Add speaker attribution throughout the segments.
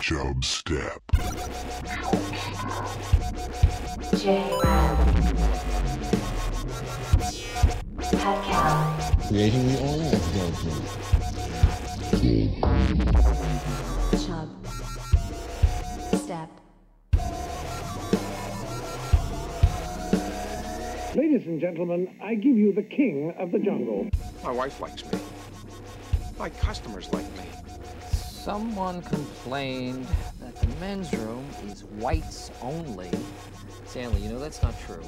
Speaker 1: Job Step.
Speaker 2: creating the oil of judgment.
Speaker 3: Chub. Step.
Speaker 4: Ladies and gentlemen, I give you the king of the jungle.
Speaker 5: My wife likes me. My customers like me.
Speaker 6: Someone complained that the men's room is whites only. Stanley, you know that's not true.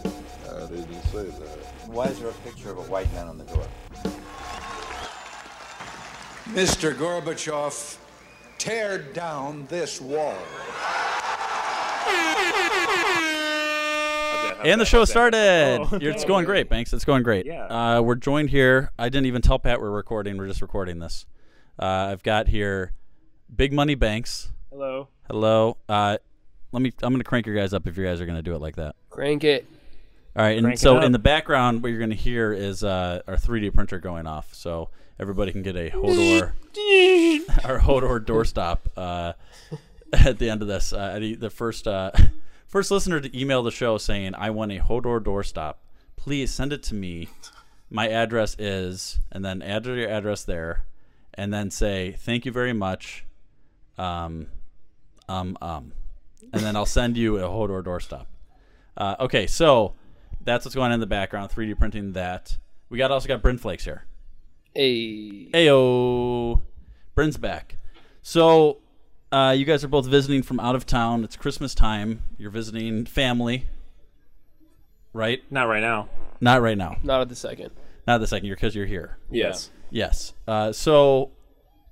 Speaker 7: I didn't say that.
Speaker 8: Why is there a picture of a white man on the door?
Speaker 9: Mr. Gorbachev, tear down this wall.
Speaker 10: And the show started. It's going great, Banks. It's going great. Uh, we're joined here. I didn't even tell Pat we're recording. We're just recording this. Uh, I've got here Big Money Banks.
Speaker 11: Hello.
Speaker 10: Hello. Uh, let me. I'm going to crank your guys up if you guys are going to do it like that.
Speaker 11: Crank it.
Speaker 10: All right. And
Speaker 11: Crank it
Speaker 10: so
Speaker 11: up.
Speaker 10: in the background, what you're going to hear is uh, our 3D printer going off. So everybody can get a Hodor, our Hodor doorstop uh, at the end of this. Uh, any- the first uh, first listener to email the show saying I want a Hodor doorstop, please send it to me. My address is, and then add your address there, and then say thank you very much. Um, um, um, and then I'll send you a Hodor doorstop. Uh, okay, so that's what's going on in the background. 3D printing that. We got also got Bryn Flakes here.
Speaker 11: Hey.
Speaker 10: Ayo, Bryn's back. So uh, you guys are both visiting from out of town. It's Christmas time. You're visiting family, right?
Speaker 11: Not right now.
Speaker 10: Not right now.
Speaker 12: Not at the second.
Speaker 10: Not the second year because you're here.
Speaker 12: Yes.
Speaker 10: Yes. Uh, so,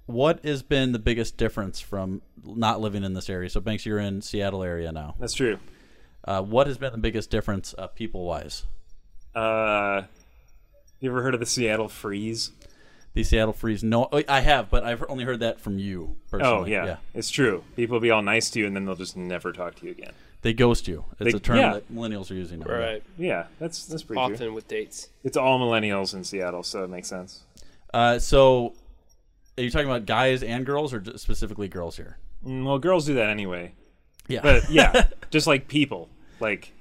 Speaker 10: what has been the biggest difference from not living in this area? So, Banks, you're in Seattle area now.
Speaker 11: That's true.
Speaker 10: Uh, what has been the biggest difference, uh, people wise?
Speaker 11: Uh, you ever heard of the Seattle Freeze?
Speaker 10: The Seattle Freeze. No, I have, but I've only heard that from you personally.
Speaker 11: oh yeah. it's true. People will be all nice to you, and then they'll just never talk to you again.
Speaker 10: They ghost you. It's
Speaker 11: They-
Speaker 10: a term
Speaker 11: yeah.
Speaker 10: that millennials are using now. yeah.
Speaker 12: Right.
Speaker 11: Yeah, that's that's pretty
Speaker 12: Often
Speaker 11: true.
Speaker 12: with dates.
Speaker 11: It's all millennials in Seattle, so it makes sense.
Speaker 10: Uh, so, are you talking about guys and girls, or just specifically girls here?
Speaker 11: Mm, Well, girls do that anyway.
Speaker 10: Yeah.
Speaker 11: But yeah, just like people, like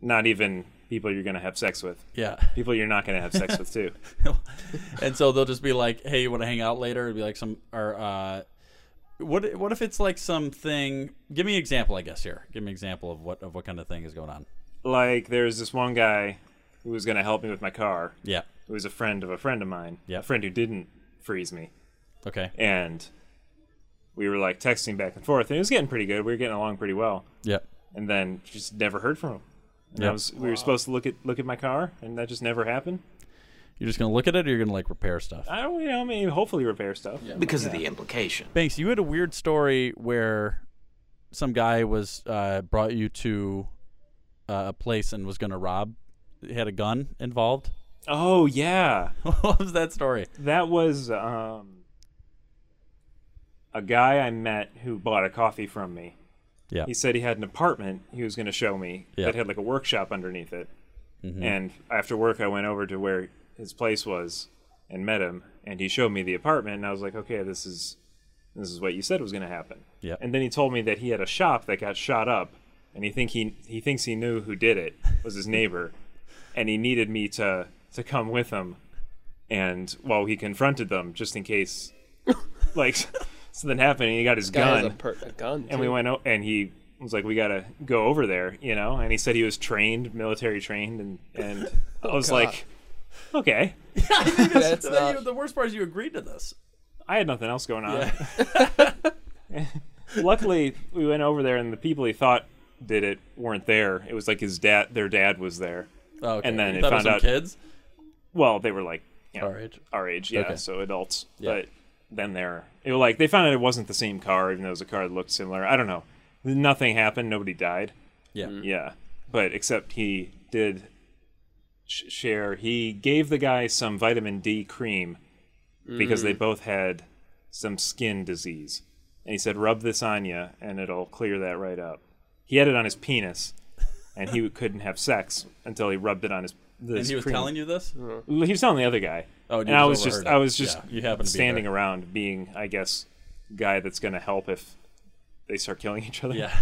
Speaker 11: not even people you're gonna have sex with.
Speaker 10: yeah.
Speaker 11: People you're not gonna have sex with too.
Speaker 10: and so they'll just be like, "Hey, you want to hang out later?" It'd be like some or uh, what? What if it's like something? Give me an example, I guess. Here, give me an example of what of what kind of thing is going on.
Speaker 11: Like there's this one guy who was gonna help me with my car.
Speaker 10: Yeah.
Speaker 11: Who was a friend of a friend of mine.
Speaker 10: Yeah.
Speaker 11: A friend who didn't freeze me.
Speaker 10: Okay.
Speaker 11: and we were like texting back and forth, and it was getting pretty good. We were getting along pretty well,
Speaker 10: Yeah.
Speaker 11: and then just never heard from him. And
Speaker 10: Yeah.
Speaker 11: I was, we were supposed to look at look at my car, and that just never happened.
Speaker 10: You're just gonna look at it, or you're gonna like repair stuff.
Speaker 11: I don't, you know, I mean, hopefully repair stuff.
Speaker 8: Because of the implication.
Speaker 10: Banks, you had a weird story where some guy was uh, brought you to uh, a place and was gonna rob. He had a gun involved.
Speaker 11: Oh yeah,
Speaker 10: what was that story?
Speaker 11: that was um, a guy I met who bought a coffee from me.
Speaker 10: Yeah.
Speaker 11: He said he had an apartment he was going to show me
Speaker 10: Yeah. Mm-hmm.
Speaker 11: that had like a workshop underneath it. And after work, I went over to where his place was and met him, and he showed me the apartment, and I was like, okay, this is this is what you said was going to happen.
Speaker 10: Yeah.
Speaker 11: And then he told me that he had a shop that got shot up, and he think he he thinks he knew who did it was his neighbor, and he needed me to to come with him, and well, he confronted them just in case, like something happened, and he got his
Speaker 12: Guy has
Speaker 11: gun
Speaker 12: A, per- a gun.
Speaker 11: and we
Speaker 12: too.
Speaker 11: went o- and he was like we gotta go over there you know and he said he was trained military trained and and i was
Speaker 12: Oh, God.
Speaker 11: like okay
Speaker 12: That's not.
Speaker 10: the worst part is you agreed to this.
Speaker 11: i had nothing else going on luckily we went over there and the people he thought did it weren't there it was like his dad their dad was there
Speaker 10: Oh, okay.
Speaker 11: And then
Speaker 10: You
Speaker 11: it
Speaker 10: thought
Speaker 11: found
Speaker 10: was some
Speaker 11: out-
Speaker 10: kids.
Speaker 11: well they were like you know,
Speaker 10: Our age.
Speaker 11: our age yeah
Speaker 10: Okay.
Speaker 11: so adults
Speaker 10: Yeah.
Speaker 11: but then they're it was like they found out it wasn't the same car even though it was a car that looked similar i don't know nothing happened nobody died
Speaker 10: Yeah.
Speaker 11: Yeah, but except he did sh- share. He gave the guy some vitamin D cream because
Speaker 10: Mm.
Speaker 11: they both had some skin disease, and he said, "Rub this on you, and it'll clear that right up." He had it on his penis, and he couldn't have sex until he rubbed it on his.
Speaker 10: And he was telling you this.
Speaker 11: Mm. He was telling the other guy.
Speaker 10: Oh, and
Speaker 11: and
Speaker 10: you
Speaker 11: I was
Speaker 10: just
Speaker 11: just,
Speaker 10: overheard
Speaker 11: I
Speaker 10: it.
Speaker 11: was just
Speaker 10: Yeah, you happened to be
Speaker 11: standing
Speaker 10: there.
Speaker 11: around, being, I guess, guy that's going to help if they start killing each other.
Speaker 10: Yeah.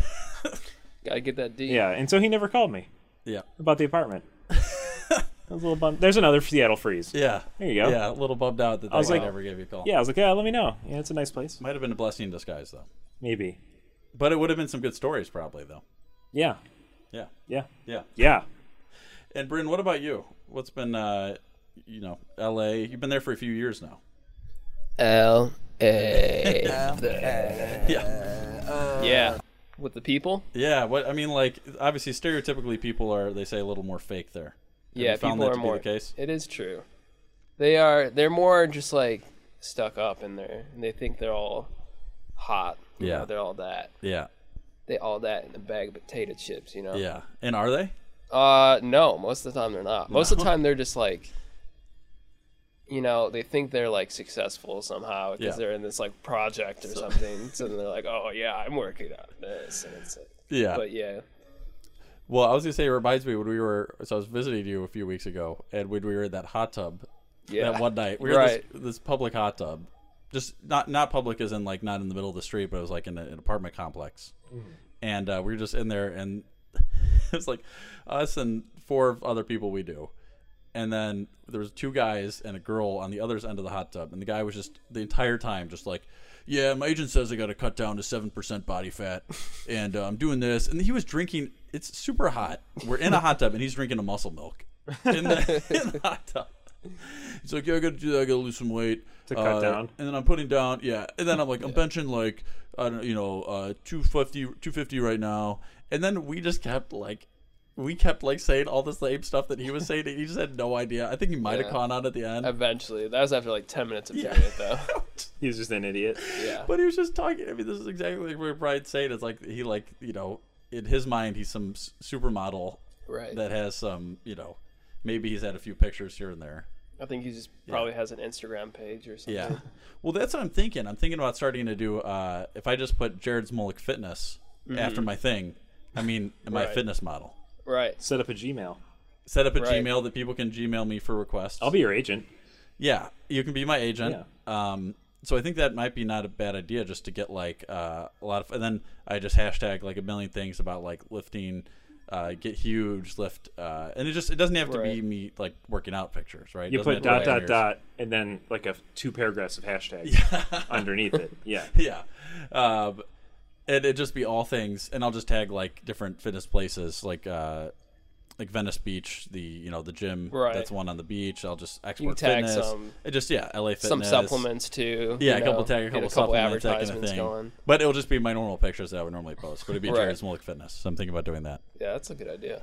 Speaker 12: Gotta get that D.
Speaker 11: Yeah, and so he never called me.
Speaker 10: Yeah.
Speaker 11: About the apartment. I was a little bummed. There's another Seattle freeze.
Speaker 10: Yeah.
Speaker 11: There you go.
Speaker 10: Yeah, a little bummed out that
Speaker 11: I was
Speaker 10: they
Speaker 11: like,
Speaker 10: never gave you a call.
Speaker 11: Yeah, I was like, yeah, let me know. Yeah, it's a nice place.
Speaker 10: Might have been a blessing in disguise though.
Speaker 11: Maybe.
Speaker 10: But it would have been some good stories probably though.
Speaker 11: Yeah.
Speaker 10: Yeah.
Speaker 11: Yeah.
Speaker 10: Yeah.
Speaker 11: Yeah.
Speaker 10: And Bryn, what about you? What's been uh you know, LA? You've been there for a few years now.
Speaker 12: L A.
Speaker 10: Yeah.
Speaker 12: Yeah. With the people.
Speaker 10: Yeah, what I mean like obviously stereotypically people are they say a little more fake there. Have
Speaker 12: yeah,
Speaker 10: you found
Speaker 12: people
Speaker 10: that
Speaker 12: are
Speaker 10: to
Speaker 12: more.
Speaker 10: be the case.
Speaker 12: It is true. They are. They're more just like stuck up in there, and they think they're all hot. you
Speaker 10: Yeah.
Speaker 12: know, they're all that.
Speaker 10: Yeah.
Speaker 12: They all that in a bag of potato chips. You know.
Speaker 10: Yeah. And are they?
Speaker 12: Uh, no. Most of the time they're not. Most of the time they're just like, you know, they think they're like successful somehow because
Speaker 10: Yeah.
Speaker 12: they're in this like project or something. so they're like, oh yeah, I'm working on this, and it's like,
Speaker 10: Yeah.
Speaker 12: But yeah,
Speaker 10: Well, I was gonna say it reminds me when we were so I was visiting you a few weeks ago, and when we were in that hot tub,
Speaker 12: Yeah.
Speaker 10: that one night we were
Speaker 12: Right.
Speaker 10: in this, this public hot tub, just not not public as in like not in the middle of the street, but it was like in a, an apartment complex,
Speaker 12: Mm.
Speaker 10: and uh, we were just in there, and it was like us and four other people we do, and then there was two guys and a girl on the other end of the hot tub, and the guy was just the entire time just like. Yeah, my agent says I got to cut down to seven percent body fat, and uh, I'm doing this. And he was drinking. It's super hot. We're in a hot tub, and he's drinking a muscle milk in the, in the hot tub. He's like, yeah, I got to do that. I got to lose some weight
Speaker 11: To cut
Speaker 10: Uh,
Speaker 11: down.
Speaker 10: And then I'm putting down, yeah. And then I'm like, I'm benching like, I don't, you know, uh, 250, 250 right now. And then we just kept like, we kept like saying all the same stuff that he was saying. And he just had no idea. I think he might have
Speaker 12: Yeah.
Speaker 10: caught on at the end.
Speaker 12: eventually that was after like ten minutes of
Speaker 10: Yeah.
Speaker 12: doing it though.
Speaker 11: He's just an idiot.
Speaker 12: Yeah.
Speaker 10: But he was just talking. I mean, this is exactly like what Brian's saying. It's like he, like you know, in his mind, he's some s- supermodel
Speaker 12: Right.
Speaker 10: that has some, you know, maybe he's had a few pictures here and there.
Speaker 12: I think he just probably has an Instagram page or something.
Speaker 10: Yeah. Well, that's what I'm thinking. I'm thinking about starting to do. Uh, if I just put Jared's Mullick Fitness after
Speaker 11: Mm-hmm.
Speaker 10: my thing, I mean my
Speaker 12: Right.
Speaker 10: fitness model.
Speaker 12: Right.
Speaker 11: Set up a Gmail.
Speaker 10: Set up a
Speaker 12: Right.
Speaker 10: Gmail that people can Gmail me for requests.
Speaker 11: I'll be your agent.
Speaker 10: Yeah, you can be my agent. Um, so I think that might be not a bad idea just to get like uh, a lot of, and then I just hashtag like a million things about like lifting, uh, get huge, lift, uh, and it just it doesn't have to be
Speaker 12: Right.
Speaker 10: me like working out pictures, right? It
Speaker 11: You
Speaker 10: doesn't have
Speaker 11: put dot
Speaker 10: to be
Speaker 11: dot
Speaker 10: years.
Speaker 11: dot and then like a two paragraphs of hashtags underneath it. Yeah.
Speaker 10: yeah. Um, and it'd just be all things, and I'll just tag like different fitness places, like uh, like Venice Beach, the you know the gym
Speaker 12: Right.
Speaker 10: that's one on the beach. I'll just export
Speaker 12: tag
Speaker 10: fitness.
Speaker 12: some-
Speaker 10: it just yeah, LA fitness,
Speaker 12: Some supplements too.
Speaker 10: Yeah,
Speaker 12: you
Speaker 10: a couple
Speaker 12: know,
Speaker 10: tag, a
Speaker 12: get
Speaker 10: couple, supplements, that kind of
Speaker 12: advertisements
Speaker 10: thing.
Speaker 12: going.
Speaker 10: But it'll just be my normal pictures that I would normally post. But it'd be
Speaker 12: Right.
Speaker 10: Jared's Mullick Fitness. So I'm thinking about doing that.
Speaker 12: Yeah, that's a good idea.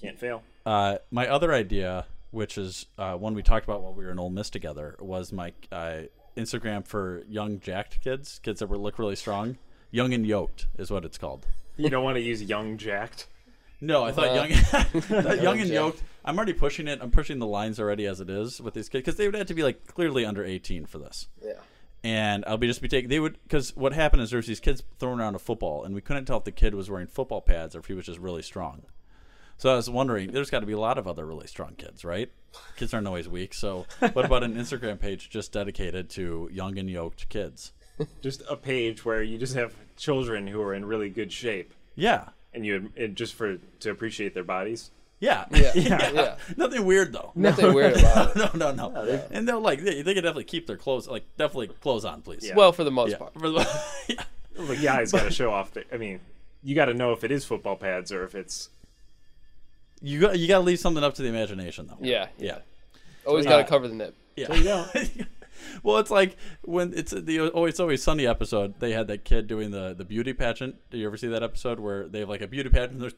Speaker 11: Can't fail.
Speaker 10: Uh, my other idea, which is uh, one we talked about while we were in Ole Miss together, was my uh, Instagram for young jacked kids, kids that were look really strong. Young and yoked is what it's called.
Speaker 11: You don't want to use young jacked.
Speaker 10: No, I
Speaker 12: Uh,
Speaker 10: thought young, I thought young and yoked. I'm already pushing it. I'm pushing the lines already as it is with these kids because they would have to be like clearly under 18 for this.
Speaker 12: Yeah.
Speaker 10: and I'll be just be taking. They would because what happened is there was these kids throwing around a football, and we couldn't tell if the kid was wearing football pads or if he was just really strong. So I was wondering, there's got to be a lot of other really strong kids, right? Kids aren't always weak. So what about an Instagram page just dedicated to young and yoked kids?
Speaker 11: Just a page where you just have children who are in really good shape
Speaker 10: Yeah,
Speaker 11: and you and just for to appreciate their bodies.
Speaker 10: yeah,
Speaker 12: Yeah. yeah.
Speaker 10: Nothing weird though.
Speaker 12: Nothing weird about it.
Speaker 10: No, no, no. and they'll like they, they could definitely keep their clothes like definitely clothes on, please.
Speaker 11: Yeah.
Speaker 12: Well, for the most
Speaker 10: Yeah.
Speaker 12: part.
Speaker 10: For the- yeah.
Speaker 11: The guy's got to show off. The, I mean, you got to know if it is football pads or if it's
Speaker 10: You got you got to leave something up to the imagination though.
Speaker 12: Yeah. Yeah.
Speaker 10: Yeah.
Speaker 12: Always got to cover the nip.
Speaker 10: Yeah. well, it's like when it's the oh, it's always sunny episode. They had that kid doing the the beauty pageant. Did you ever see that episode where they have like a beauty pageant? And there's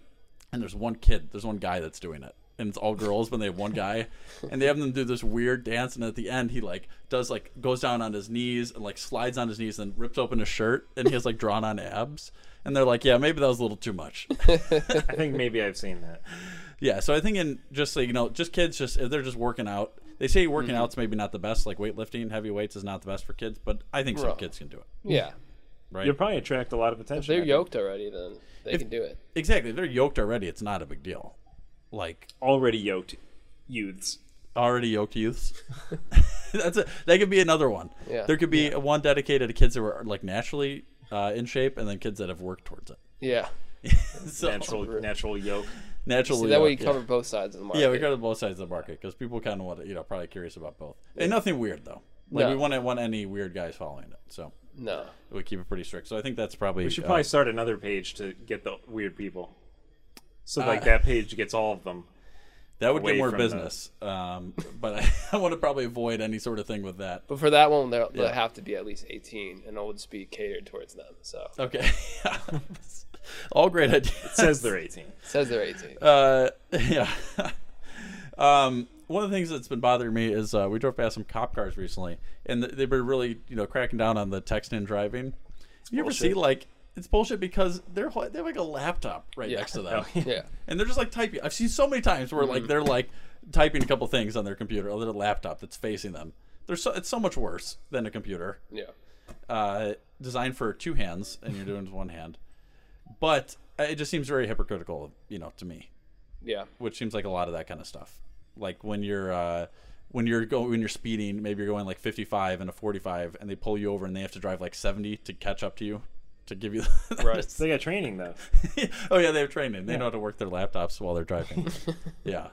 Speaker 10: and there's one kid, there's one guy that's doing it, and it's all girls, but they have one guy, and they have them do this weird dance, and at the end he like does like goes down on his knees and like slides on his knees and rips open his shirt, and he has like drawn on abs. And they're like, yeah, maybe that was a little too much.
Speaker 11: I think maybe I've seen that.
Speaker 10: Yeah, so I think in just like you know, just kids, just if they're just working out. They say working
Speaker 12: Mm-hmm.
Speaker 10: out's maybe not the best, like weightlifting, heavy weights is not the best for kids, but I think some
Speaker 12: Right.
Speaker 10: kids can do it.
Speaker 12: Yeah.
Speaker 10: Right?
Speaker 11: You'll probably attract a lot of
Speaker 12: If
Speaker 11: attention. I
Speaker 12: they're
Speaker 11: think.
Speaker 12: yoked already, then they can do it.
Speaker 10: exactly. If they're yoked already, it's not a big deal. Like,
Speaker 11: Already yoked youths.
Speaker 10: already yoked youths. That's a, that could be another one.
Speaker 12: Yeah.
Speaker 10: There could be one dedicated to kids that were like naturally uh, in shape, and then kids that have worked towards it.
Speaker 12: Yeah. Oh,
Speaker 10: So-
Speaker 11: natural natural yoke.
Speaker 10: Naturally,
Speaker 12: See, that way you
Speaker 10: yoked,
Speaker 12: cover
Speaker 10: yeah.
Speaker 12: both sides of the market.
Speaker 10: Yeah, we cover both sides of the market because people kind of want to, you know, probably curious about both. And nothing weird though. Like
Speaker 12: No.
Speaker 10: we wouldn't want any weird guys following it, so
Speaker 12: No.
Speaker 10: we keep it pretty strict. So I think that's probably.
Speaker 11: We should
Speaker 10: uh,
Speaker 11: probably start another page to get the weird people. So like that page gets all of them.
Speaker 10: Uh, that would get
Speaker 11: away
Speaker 10: more
Speaker 11: from the-
Speaker 10: business. Um, but I, I want to probably avoid any sort of thing with that.
Speaker 12: But for that one, they'll,
Speaker 10: Yeah.
Speaker 12: they'll have to be at least 18, and it would be catered towards them. So
Speaker 10: Okay. All great ideas.
Speaker 11: It says they're 18.
Speaker 12: it says they're 18.
Speaker 10: Uh, yeah. um, one of the things that's been bothering me is uh, we drove past some cop cars recently, and th- they've been really, you know, cracking down on the text and driving. you ever see like it's bullshit because they're ho- they have like a laptop right
Speaker 12: Yeah.
Speaker 10: next to them,
Speaker 12: Yeah.
Speaker 10: and they're just like typing. I've seen so many times where like they're like typing a couple things on their computer or their laptop that's facing them. There's so it's so much worse than a computer
Speaker 12: Yeah.
Speaker 10: uh, designed for two hands and you're doing it with one hand. But uh, it just seems very hypocritical, you know, to me,
Speaker 12: Yeah.
Speaker 10: which seems like a lot of that kind of stuff. Like when you're uh, when you're go when you're speeding, maybe you're going like 55 and a 45, and they pull you over and they have to drive like 70 to catch up to you to give you.
Speaker 12: Right.
Speaker 11: They got training though.
Speaker 10: oh yeah, they have training. They know how to work their laptops while they're driving. yeah.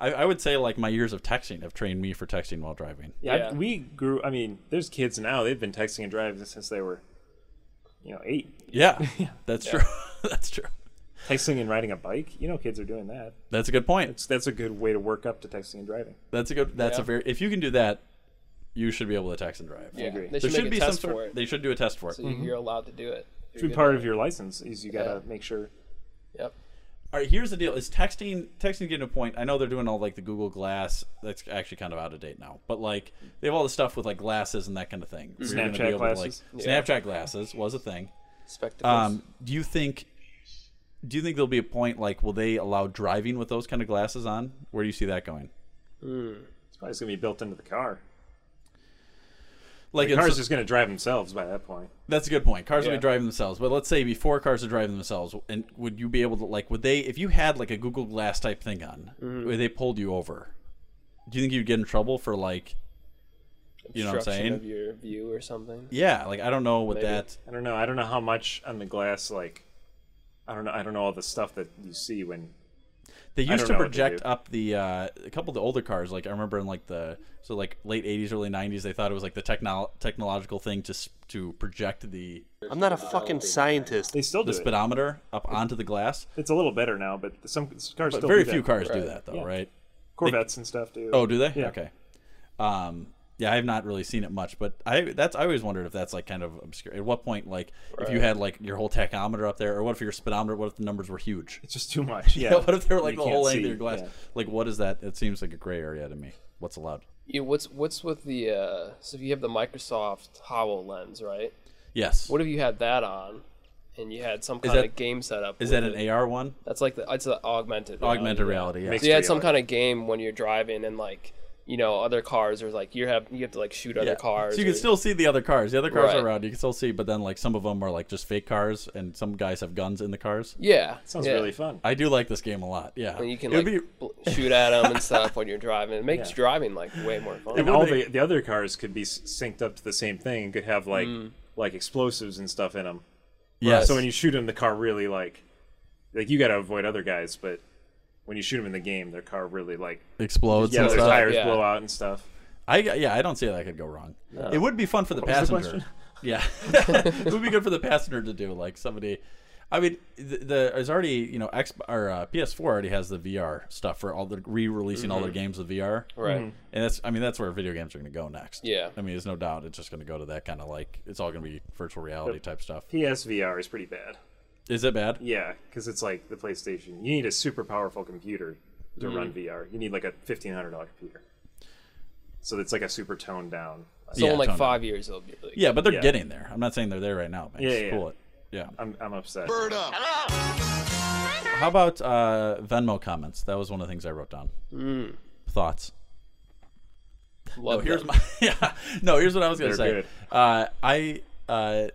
Speaker 10: I, I would say like my years of texting have trained me for texting while driving.
Speaker 11: Yeah,
Speaker 12: Yeah.
Speaker 11: we grew. I mean, there's kids now. They've been texting and driving since they were, you know, eight.
Speaker 10: Yeah, that's true. that's true.
Speaker 11: Texting and riding a bike. You know, kids are doing that.
Speaker 10: That's a good point.
Speaker 11: It's, that's a good way to work up to texting and driving.
Speaker 10: That's a good. That's a
Speaker 12: Yeah.
Speaker 10: very. If you can do that, you should be able to text and drive.
Speaker 12: yeah.
Speaker 11: agree.
Speaker 12: They
Speaker 10: There
Speaker 12: should,
Speaker 10: should
Speaker 12: make
Speaker 10: be
Speaker 12: a
Speaker 10: some
Speaker 12: test for
Speaker 10: sort. Mm-hmm.
Speaker 12: it.
Speaker 10: They should do a test for it.
Speaker 12: so you- you're allowed to do it.
Speaker 11: It's be part of your license. Is you gotta make sure.
Speaker 12: Yep.
Speaker 10: All right. Here's the deal: is texting texting getting to a point? I know they're doing all like the Google Glass. That's actually kind of out of date now. But like they have all the stuff with like glasses and that kind of thing. where you're gonna
Speaker 11: Snapchat glasses.
Speaker 10: like, Snapchat glasses was a thing.
Speaker 12: Spectacles.
Speaker 10: Um, do you think? Do you think there'll be a point like will they allow driving with those kind of glasses on? Where do you see that going?
Speaker 11: It's probably just gonna be built into the car.
Speaker 10: Like
Speaker 11: The
Speaker 10: in
Speaker 11: car's
Speaker 10: so-
Speaker 11: just gonna drive themselves by that point.
Speaker 10: That's a good point. Cars would
Speaker 12: Yeah.
Speaker 10: be driving themselves, but let's say before cars are driving themselves, and would you be able to like would they if you had like a Google Glass type thing on,
Speaker 11: Mm-hmm.
Speaker 10: where they pulled you over? Do you think you'd get in trouble for like, you know what I'm
Speaker 12: Obstruction
Speaker 10: saying?
Speaker 12: Of your view or something.
Speaker 10: Yeah, like I don't know what that.
Speaker 11: I don't know. I don't know how much on the glass. Like, I don't know. I don't know all the stuff that you see when.
Speaker 10: They used
Speaker 11: don't
Speaker 10: to
Speaker 11: know what they
Speaker 10: project
Speaker 11: do.
Speaker 10: up the uh, a couple of the older cars. Like I remember in like the so like late '80s, early '90s, they thought it was like the technol technological thing to s- to project the
Speaker 1: I'm not a fucking scientist.
Speaker 11: They still do
Speaker 10: the
Speaker 11: it.
Speaker 10: speedometer up onto the glass.
Speaker 11: It's a little better now, but some cars
Speaker 10: But
Speaker 11: still.
Speaker 10: very
Speaker 11: do
Speaker 10: few
Speaker 11: that.
Speaker 10: cars do
Speaker 12: Right.
Speaker 10: that though,
Speaker 11: Yeah.
Speaker 10: right?
Speaker 11: Corvettes and stuff do.
Speaker 10: Oh, do they?
Speaker 11: Yeah.
Speaker 10: Okay. Um, yeah, I have not really seen it much, but I that's I always wondered if that's like kind of obscure. At what point, like, if you had like your whole tachometer up there, or what if your speedometer? What if the numbers were huge?
Speaker 11: It's just too much. Yeah.
Speaker 10: Yeah. what if they were like
Speaker 11: You
Speaker 10: the
Speaker 11: can't
Speaker 10: whole length
Speaker 11: see.
Speaker 10: of your glass?
Speaker 11: Yeah.
Speaker 10: Like, what is that? It seems like a gray area to me. What's allowed?
Speaker 12: You, what's what's with the uh, so if you have the Microsoft Hololens, right?
Speaker 10: Yes.
Speaker 12: What if you had that on, and you had some
Speaker 10: Is
Speaker 12: kind
Speaker 10: that-
Speaker 12: of game set up?
Speaker 10: is
Speaker 12: with
Speaker 10: that
Speaker 12: it?
Speaker 10: an AR one?
Speaker 12: That's like the it's the augmented uh, reality,
Speaker 10: Augmented
Speaker 12: yeah.
Speaker 10: reality. Yeah.
Speaker 11: Makes-
Speaker 12: So you had some kind of game when you're driving and like you know other cars or like you have you have to like shoot other
Speaker 10: Yeah.
Speaker 12: cars.
Speaker 10: So you can
Speaker 12: or-
Speaker 10: still see the other cars. The other cars
Speaker 12: Right.
Speaker 10: are around. You can still see, but then like some of them are like just fake cars, and some guys have guns in the cars.
Speaker 12: yeah
Speaker 11: Sounds
Speaker 12: yeah.
Speaker 11: really fun.
Speaker 10: I do like this game a lot. Yeah.
Speaker 12: And you can
Speaker 10: It would
Speaker 12: like bl- shoot at them and stuff when you're driving. It makes driving like way more fun.
Speaker 11: and all the, the other cars could be s- synced up to the same thing and could have like like explosives and stuff in them.
Speaker 10: yes.
Speaker 11: So when you shoot them, the car really like like you got to avoid other guys, but when you shoot them in the game, their car really like
Speaker 10: explodes.
Speaker 11: yeah,
Speaker 10: and
Speaker 11: their
Speaker 10: stuff.
Speaker 11: tires
Speaker 12: Yeah.
Speaker 11: blow out and stuff.
Speaker 10: I yeah, I don't see how that could go wrong. It would be fun for the
Speaker 11: was the
Speaker 10: passenger.
Speaker 11: question?
Speaker 10: yeah, it would be good for the passenger to do like somebody. I mean, the, the is already you know X or uh, PS4 already has the VR stuff for all the re-releasing all their games with VR,
Speaker 12: Mm-hmm. Right.
Speaker 11: Mm-hmm.
Speaker 10: and that's I mean that's where video games are going to go next.
Speaker 12: Yeah.
Speaker 10: I mean there's no doubt it's just going to go to that kind of like it's all going to be virtual reality type stuff.
Speaker 11: PSVR is pretty bad.
Speaker 10: Is it bad?
Speaker 11: Yeah, because it's like the PlayStation. You need a super powerful computer to run VR. You need like a fifteen hundred dollar computer. So it's like a super toned down.
Speaker 12: So
Speaker 10: Yeah,
Speaker 12: in like
Speaker 10: totally.
Speaker 12: five years it'll be like
Speaker 10: Yeah, but they're
Speaker 11: Yeah.
Speaker 10: getting there. I'm not saying they're there right now. Man.
Speaker 11: Yeah,
Speaker 10: Just
Speaker 11: yeah,
Speaker 10: pull
Speaker 11: yeah.
Speaker 10: it. Yeah.
Speaker 11: I'm I'm upset.
Speaker 10: How about uh, Venmo comments? That was one of the things I wrote down.
Speaker 11: Mm.
Speaker 10: Thoughts.
Speaker 12: love
Speaker 10: Oh, here's
Speaker 12: them.
Speaker 10: my yeah. No, here's what I was gonna
Speaker 11: They're
Speaker 10: say.
Speaker 11: good.
Speaker 10: Uh, I uh,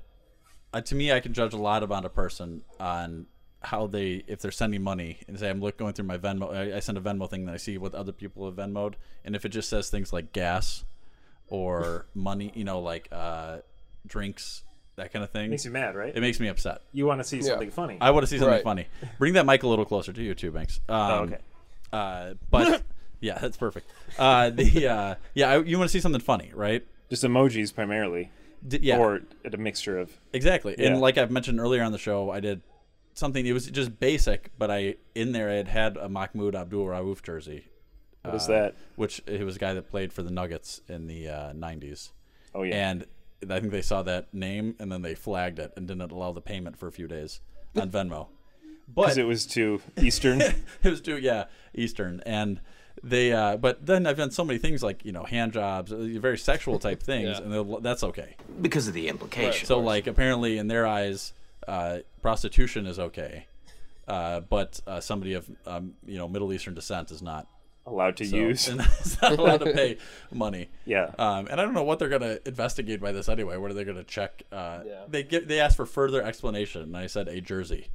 Speaker 10: uh, to me, I can judge a lot about a person on how they if they're sending money and say I'm look going through my Venmo. I, I send a Venmo thing and I see what other people have Venmoed, and if it just says things like gas or money, you know, like uh, drinks, that kind of thing.
Speaker 11: Makes you mad, right?
Speaker 10: It makes me upset.
Speaker 11: You want to see something funny.
Speaker 10: I want to see something
Speaker 11: Right.
Speaker 10: funny. Bring that mic a little closer to you too, Banks. Um,
Speaker 11: okay.
Speaker 10: Uh, but yeah, that's perfect. Uh, the uh, yeah, I, you want to see something funny, right?
Speaker 11: Just emojis primarily.
Speaker 10: yeah.
Speaker 11: Or a mixture of.
Speaker 10: Exactly.
Speaker 11: Yeah.
Speaker 10: And like I've mentioned earlier on the show, I did something. It was just basic, but I in there I had had a Mahmoud Abdul Rauf jersey.
Speaker 11: What
Speaker 10: Uh,
Speaker 11: is that?
Speaker 10: Which he was a guy that played for the Nuggets in the uh, '90s.
Speaker 11: Oh, yeah.
Speaker 10: And I think they saw that name and then they flagged it and didn't allow the payment for a few days on Venmo. But
Speaker 11: Because it was too Eastern.
Speaker 10: it was due, yeah, Eastern, and they. Uh, but then I've done so many things like you know hand jobs, uh, very sexual type things,
Speaker 8: Yeah.
Speaker 10: and they'll- that's okay
Speaker 8: Because of the implication.
Speaker 10: So like apparently in their eyes, uh, prostitution is okay, uh, but uh, somebody of um, you know Middle Eastern descent is not
Speaker 11: Allowed to
Speaker 10: So-
Speaker 11: use.
Speaker 10: and is not allowed to pay money.
Speaker 11: Yeah.
Speaker 10: Um, and I don't know what they're gonna investigate by this anyway. What are they gonna check? Uh, They get they asked for further explanation, and I said a jersey.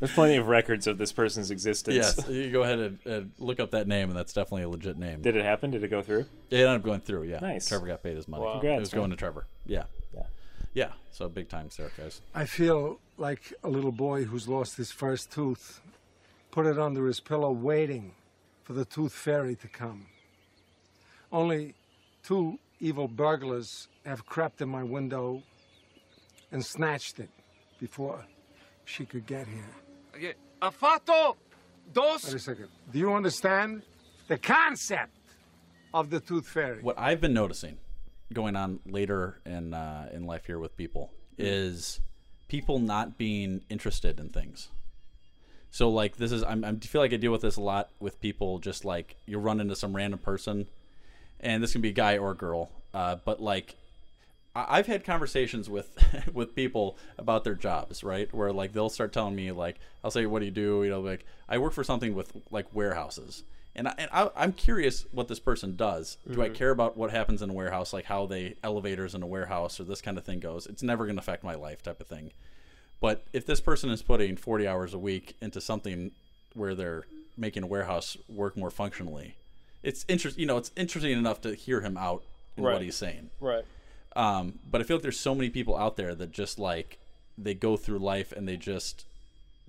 Speaker 11: There's plenty of records of this person's existence.
Speaker 10: Yes, you go ahead and, and look up that name, and that's definitely a legit name.
Speaker 11: Did it happen? Did it go through?
Speaker 10: It ended up going through. Yeah,
Speaker 11: Nice.
Speaker 10: Trevor got paid his money.
Speaker 11: Wow.
Speaker 10: it
Speaker 11: Congrats,
Speaker 10: was going
Speaker 11: man.
Speaker 10: to Trevor. Yeah,
Speaker 11: yeah,
Speaker 10: yeah. So big time, Sarah, guys.
Speaker 13: I feel like a little boy who's lost his first tooth, put it under his pillow, waiting for the tooth fairy to come. Only two evil burglars have crept in my window and snatched it before she could get here.
Speaker 14: Afato,
Speaker 13: Wait a second. Do you understand the concept of the tooth fairy?
Speaker 10: what I've been noticing going on later in uh, in life here with people
Speaker 11: Hmm.
Speaker 10: is people not being interested in things. So like this is I'm, I'm I feel like I deal with this a lot with people. Just like you run into some random person, and this can be a guy or a girl. Uh, but like I- I've had conversations with with people about their jobs, right? Where like they'll start telling me like I'll say, "What do you do?" You know, like I work for something with like warehouses, and I, and I, I'm curious what this person does. Do I
Speaker 11: Mhm.
Speaker 10: care about what happens in a warehouse, like how they elevators in a warehouse or this kind of thing goes? It's never going to affect my life, type of thing. But if this person is putting 40 hours a week into something where they're making a warehouse work more functionally, it's interest. You know, it's interesting enough to hear him out in
Speaker 12: Right.
Speaker 10: what he's saying.
Speaker 12: Right.
Speaker 10: Um, but I feel like there's so many people out there that just like they go through life and they just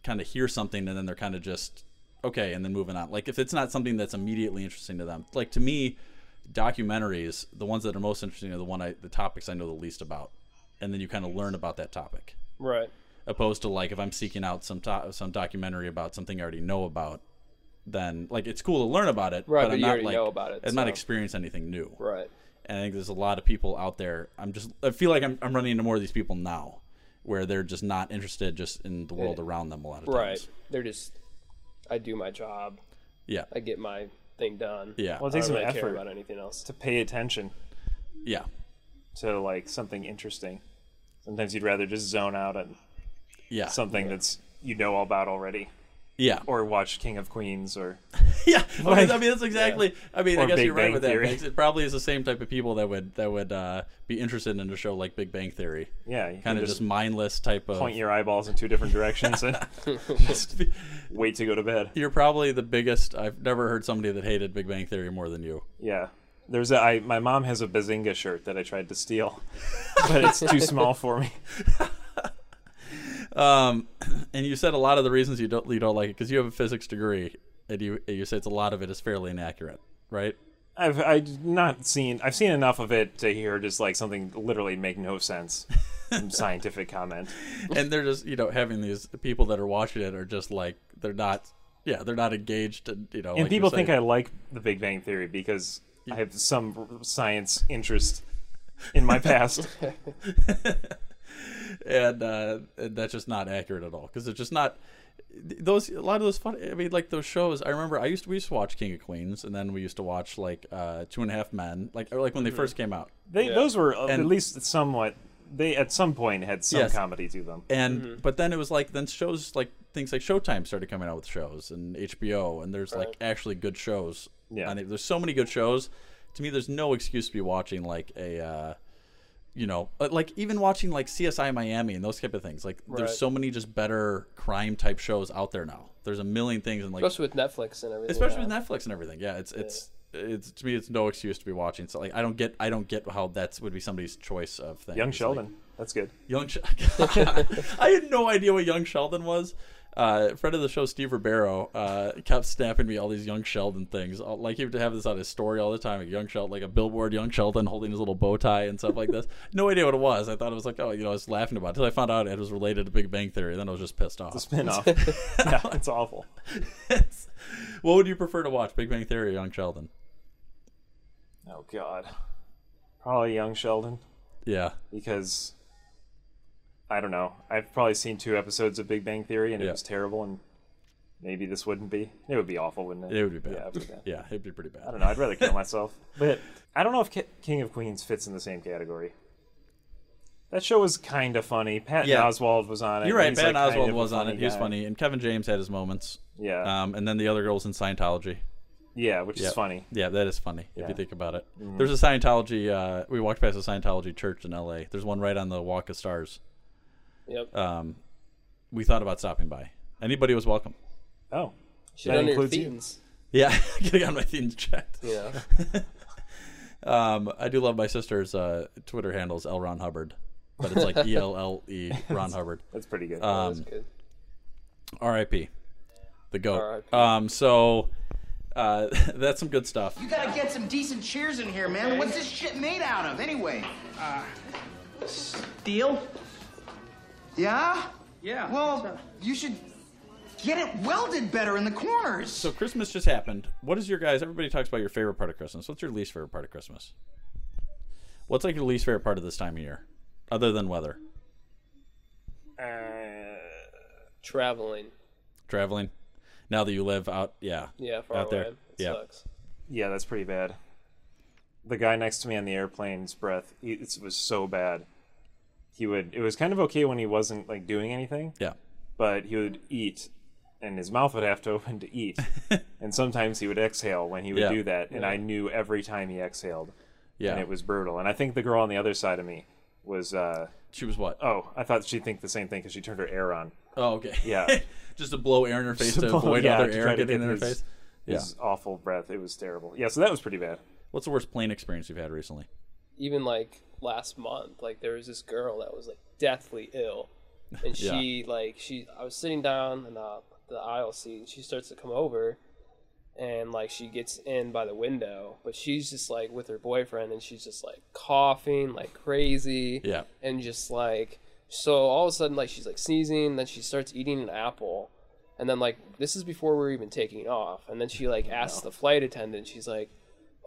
Speaker 10: kind of hear something and then they're kind of just okay and then moving on. Like if it's not something that's immediately interesting to them, like to me, documentaries, the ones that are most interesting are the one I the topics I know the least about, and then you kind of learn about that topic.
Speaker 12: Right.
Speaker 10: Opposed to like if I'm seeking out some to- some documentary about something I already know about, then like it's cool to learn about it,
Speaker 12: Right,
Speaker 10: But,
Speaker 12: but
Speaker 10: I'm
Speaker 12: you
Speaker 10: not
Speaker 12: already
Speaker 10: like
Speaker 12: know about it,
Speaker 10: I'm not
Speaker 12: so.
Speaker 10: experience anything new,
Speaker 12: Right.
Speaker 10: and I think there's a lot of people out there. I'm just I feel like I'm, I'm running into more of these people now, where they're just not interested just in the world around them a lot of times.
Speaker 12: Right. They're just. I do my job.
Speaker 10: Yeah.
Speaker 12: I get my thing done.
Speaker 10: Yeah.
Speaker 11: Well,
Speaker 12: I
Speaker 11: it takes
Speaker 12: don't
Speaker 11: some
Speaker 12: really
Speaker 11: effort
Speaker 12: care about anything else.
Speaker 11: to pay attention.
Speaker 10: Yeah.
Speaker 11: To like something interesting. Sometimes you'd rather just zone out on
Speaker 10: Yeah.
Speaker 11: something that's you know all about already.
Speaker 10: Yeah.
Speaker 11: Or watch King of Queens or
Speaker 10: yeah. I mean,
Speaker 11: Like-
Speaker 10: I mean, that's exactly. I mean, I
Speaker 11: Or
Speaker 10: guess
Speaker 11: Big
Speaker 10: you're right
Speaker 11: Bang
Speaker 10: with that.
Speaker 11: Theory.
Speaker 10: Banks. It probably is the same type of people that would that would uh, be interested in a show like Big Bang Theory.
Speaker 11: Yeah, you can
Speaker 10: kind of
Speaker 11: just
Speaker 10: just mindless type of.
Speaker 11: point your eyeballs in two different directions and just wait to go to bed.
Speaker 10: You're probably the biggest. I've never heard somebody that hated Big Bang Theory more than you.
Speaker 11: Yeah. There's a I my mom has a Bazinga shirt that I tried to steal. but it's too small for me.
Speaker 10: Um, and you said a lot of the reasons you don't you don't like it because you have a physics degree and you you say it's a lot of it is fairly inaccurate, right?
Speaker 11: I've I've not seen I've seen enough of it to hear just like something literally make no sense. Some scientific comment.
Speaker 10: and they're just you know having these people that are watching it are just like they're not yeah they're not engaged and you know
Speaker 11: and
Speaker 10: like
Speaker 11: people think I like the Big Bang Theory because I have some r- science interest in my past.
Speaker 10: and, uh, and that's just not accurate at all because it's just not th- those a lot of those fun I mean like those shows I remember I used to we used to watch King of Queens and then we used to watch like uh, Two and a Half Men like or, like when they
Speaker 11: Mhm.
Speaker 10: first came out
Speaker 11: They, Those were uh,
Speaker 10: And-
Speaker 11: at least somewhat. They at some point had some
Speaker 10: Yes.
Speaker 11: comedy to them.
Speaker 10: And but then it was like then shows like things like Showtime started coming out with shows and HBO and there's like
Speaker 11: Right.
Speaker 10: actually good shows.
Speaker 11: Yeah.
Speaker 10: on it. there's so many good shows. To me, there's no excuse to be watching like a uh, you know, uh, like even watching like CSI Miami and those type of things. Like
Speaker 12: Right.
Speaker 10: there's so many just better crime type shows out there now. There's a million things and like
Speaker 12: especially with Netflix and everything.
Speaker 10: especially
Speaker 12: now.
Speaker 10: with Netflix and everything. Yeah, it's it's it's to me it's no excuse to be watching. So like I don't get I don't get how that's would be somebody's choice of things.
Speaker 11: Young
Speaker 10: Like,
Speaker 11: Sheldon. That's good.
Speaker 10: Young, Sh- I had no idea what Young Sheldon was. Uh, friend of the show, Steve Ribeiro, uh, kept snapping me all these Young Sheldon things. Uh, Like he would have this on his story all the time. Like Young Sheldon, like a billboard Young Sheldon holding his little bow tie and stuff like this. No idea what it was. I thought it was like, oh, you know, I was laughing about it until I found out it was related to Big Bang Theory. then I was just pissed off.
Speaker 11: It's a spin-off. yeah, it's awful.
Speaker 10: what would you prefer to watch, Big Bang Theory or Young Sheldon?
Speaker 11: Oh God. Probably Young Sheldon.
Speaker 10: Yeah.
Speaker 11: Because I don't know. I've probably seen two episodes of Big Bang Theory and it
Speaker 10: Yeah.
Speaker 11: was terrible and maybe this wouldn't be. It would be awful, wouldn't it?
Speaker 10: It would be bad.
Speaker 11: Yeah, it would be bad.
Speaker 10: Yeah, it'd be pretty bad.
Speaker 11: I don't know. I'd rather kill myself. But I don't know if Ki- King of Queens fits in the same category. That show was kind of funny. Patton
Speaker 10: Yeah.
Speaker 11: Oswald was on it.
Speaker 10: You're right.
Speaker 11: He's,
Speaker 10: Ben
Speaker 11: like, kind
Speaker 10: Oswald
Speaker 11: of a
Speaker 10: was on it. He was
Speaker 11: guy.
Speaker 10: funny, and Kevin James had his moments.
Speaker 11: Yeah.
Speaker 10: Um, and then the other girl's in Scientology.
Speaker 11: Yeah, which is
Speaker 10: Yeah.
Speaker 11: funny.
Speaker 10: Yeah, that is funny if
Speaker 11: Yeah.
Speaker 10: you think about it.
Speaker 11: Mhm.
Speaker 10: There's a Scientology. Uh, we walked past a Scientology church in L.A. There's one right on the Walk of Stars.
Speaker 12: Yep.
Speaker 10: Um, we thought about stopping by. Anybody was welcome.
Speaker 11: Oh.
Speaker 12: Shit under your thetans.
Speaker 10: Yeah, getting on my themes checked.
Speaker 12: Yeah.
Speaker 10: um, I do love my sister's uh, Twitter handles L Ron Hubbard, but it's like E L L E Ron
Speaker 11: That's-
Speaker 10: Hubbard.
Speaker 11: that's pretty good.
Speaker 12: Yeah,
Speaker 10: Um,
Speaker 12: that's good.
Speaker 10: R.I.P. The goat.
Speaker 12: R.I.P..
Speaker 10: Um, so uh, that's some good stuff.
Speaker 15: You gotta get some decent cheers in here, man. What's this shit made out of, anyway? Uh, steel? Yeah? Yeah. Well, you should get it welded better in the corners. So
Speaker 10: Christmas just happened. What is your guys? Everybody talks about your favorite part of Christmas. What's your least favorite part of Christmas? What's like your least favorite part of this time of year, other than weather?
Speaker 11: Uh,
Speaker 12: Traveling.
Speaker 10: Traveling. Now that you live out, yeah,
Speaker 12: Yeah, far
Speaker 10: out there,
Speaker 12: away. It
Speaker 10: yeah.
Speaker 12: sucks.
Speaker 11: Yeah, that's pretty bad. The guy next to me on the airplane's breath he- it was so bad. He would. It was kind of okay when he wasn't like doing anything.
Speaker 10: Yeah.
Speaker 11: But he would eat, and his mouth would have to open to eat, and sometimes he would exhale when he would
Speaker 10: Yeah.
Speaker 11: do that, and
Speaker 10: Yeah.
Speaker 11: I knew every time he exhaled.
Speaker 10: Yeah.
Speaker 11: And it was brutal. And I think the girl on the other side of me was. uh
Speaker 10: She was what?
Speaker 11: Oh, I thought she'd think the same thing because she turned her air on.
Speaker 10: Oh, okay.
Speaker 11: Yeah.
Speaker 10: just to blow air in her face
Speaker 11: Just
Speaker 10: to
Speaker 11: blow-
Speaker 10: avoid
Speaker 11: yeah,
Speaker 10: other
Speaker 11: to
Speaker 10: air
Speaker 11: try to
Speaker 10: getting
Speaker 11: get
Speaker 10: in her
Speaker 11: his-
Speaker 10: face.
Speaker 11: His awful breath. It was terrible. Yeah, so that was pretty bad.
Speaker 10: What's the worst plane experience you've had recently?
Speaker 12: Even like last month, like there was this girl that was like deathly ill, and
Speaker 10: Yeah.
Speaker 12: she like she I was sitting down in the, the aisle seat, and she starts to come over, and like she gets in by the window, but she's just like with her boyfriend, and she's just like coughing like crazy,
Speaker 10: Yeah.
Speaker 12: and just like so all of a sudden like she's like sneezing, then she starts eating an apple, and then like this is before we were even taking off, and then she
Speaker 10: Oh,
Speaker 12: like asks the flight attendant, she's like.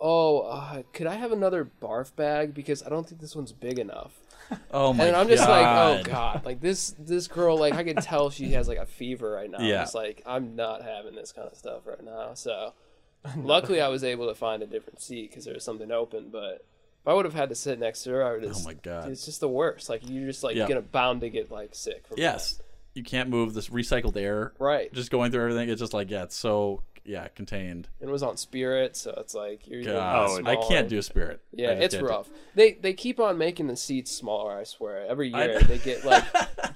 Speaker 12: Oh, uh, could I have another barf bag because I don't think this one's big enough.
Speaker 10: Oh my
Speaker 12: And I'm just like,
Speaker 10: God.
Speaker 12: oh god, like this this girl, like I can tell she has like a fever right now.
Speaker 10: Yeah.
Speaker 12: It's like I'm not having this kind of stuff right now. So, luckily I was able to find a different seat because there was something open. But if I would have had to sit next to her, I would just,
Speaker 10: Oh my God.
Speaker 12: it's just the worst. Like you're just like
Speaker 10: Yeah.
Speaker 12: gonna bound to get like sick. From
Speaker 10: Yes, you can't move this recycled air.
Speaker 12: Right.
Speaker 10: Just going through everything. It's just like yeah, it's so yeah contained.
Speaker 12: that. And it was on Spirit, so it's like you're. you're
Speaker 10: God, Oh, I
Speaker 12: small.
Speaker 10: can't do Spirit.
Speaker 12: Yeah,
Speaker 10: I just
Speaker 12: it's
Speaker 10: can't do-
Speaker 12: rough. They they keep on making the seats smaller. I swear, every
Speaker 10: I-
Speaker 12: year they get like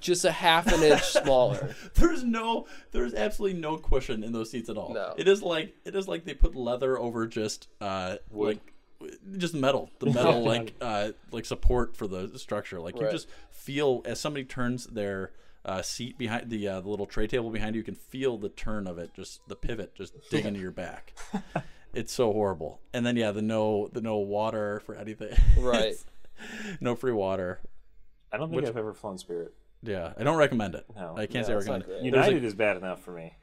Speaker 12: just a half an inch smaller.
Speaker 10: There's no, there's absolutely no cushion in those seats at all.
Speaker 12: No.
Speaker 10: It is like it is like they put leather over just uh
Speaker 12: Wood.
Speaker 10: like just metal, the metal like uh like support for the structure. Like you
Speaker 12: Right.
Speaker 10: just feel as somebody turns their uh, seat behind the uh, the little tray table behind you, you can feel the turn of it, just the pivot, just dig into your back. It's so horrible. And then yeah, the no the no water for anything.
Speaker 12: Right.
Speaker 10: no free water.
Speaker 11: I don't think
Speaker 10: Which-
Speaker 11: I've ever flown Spirit.
Speaker 10: Yeah, I don't recommend it.
Speaker 11: No,
Speaker 10: I can't say I recommend it. There's
Speaker 11: United
Speaker 10: a-
Speaker 11: is bad enough for me.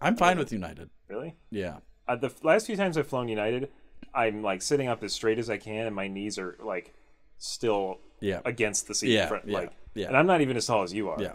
Speaker 10: I'm fine with United.
Speaker 11: Really?
Speaker 10: Yeah.
Speaker 11: Uh, the f- last few times I've flown United, I'm like sitting up as straight as I can, and my knees are like still
Speaker 10: Yeah.
Speaker 11: against the seat
Speaker 10: Yeah,
Speaker 11: in front.
Speaker 10: yeah,
Speaker 11: like,
Speaker 10: yeah.
Speaker 11: And I'm not even as tall as you are.
Speaker 10: Yeah.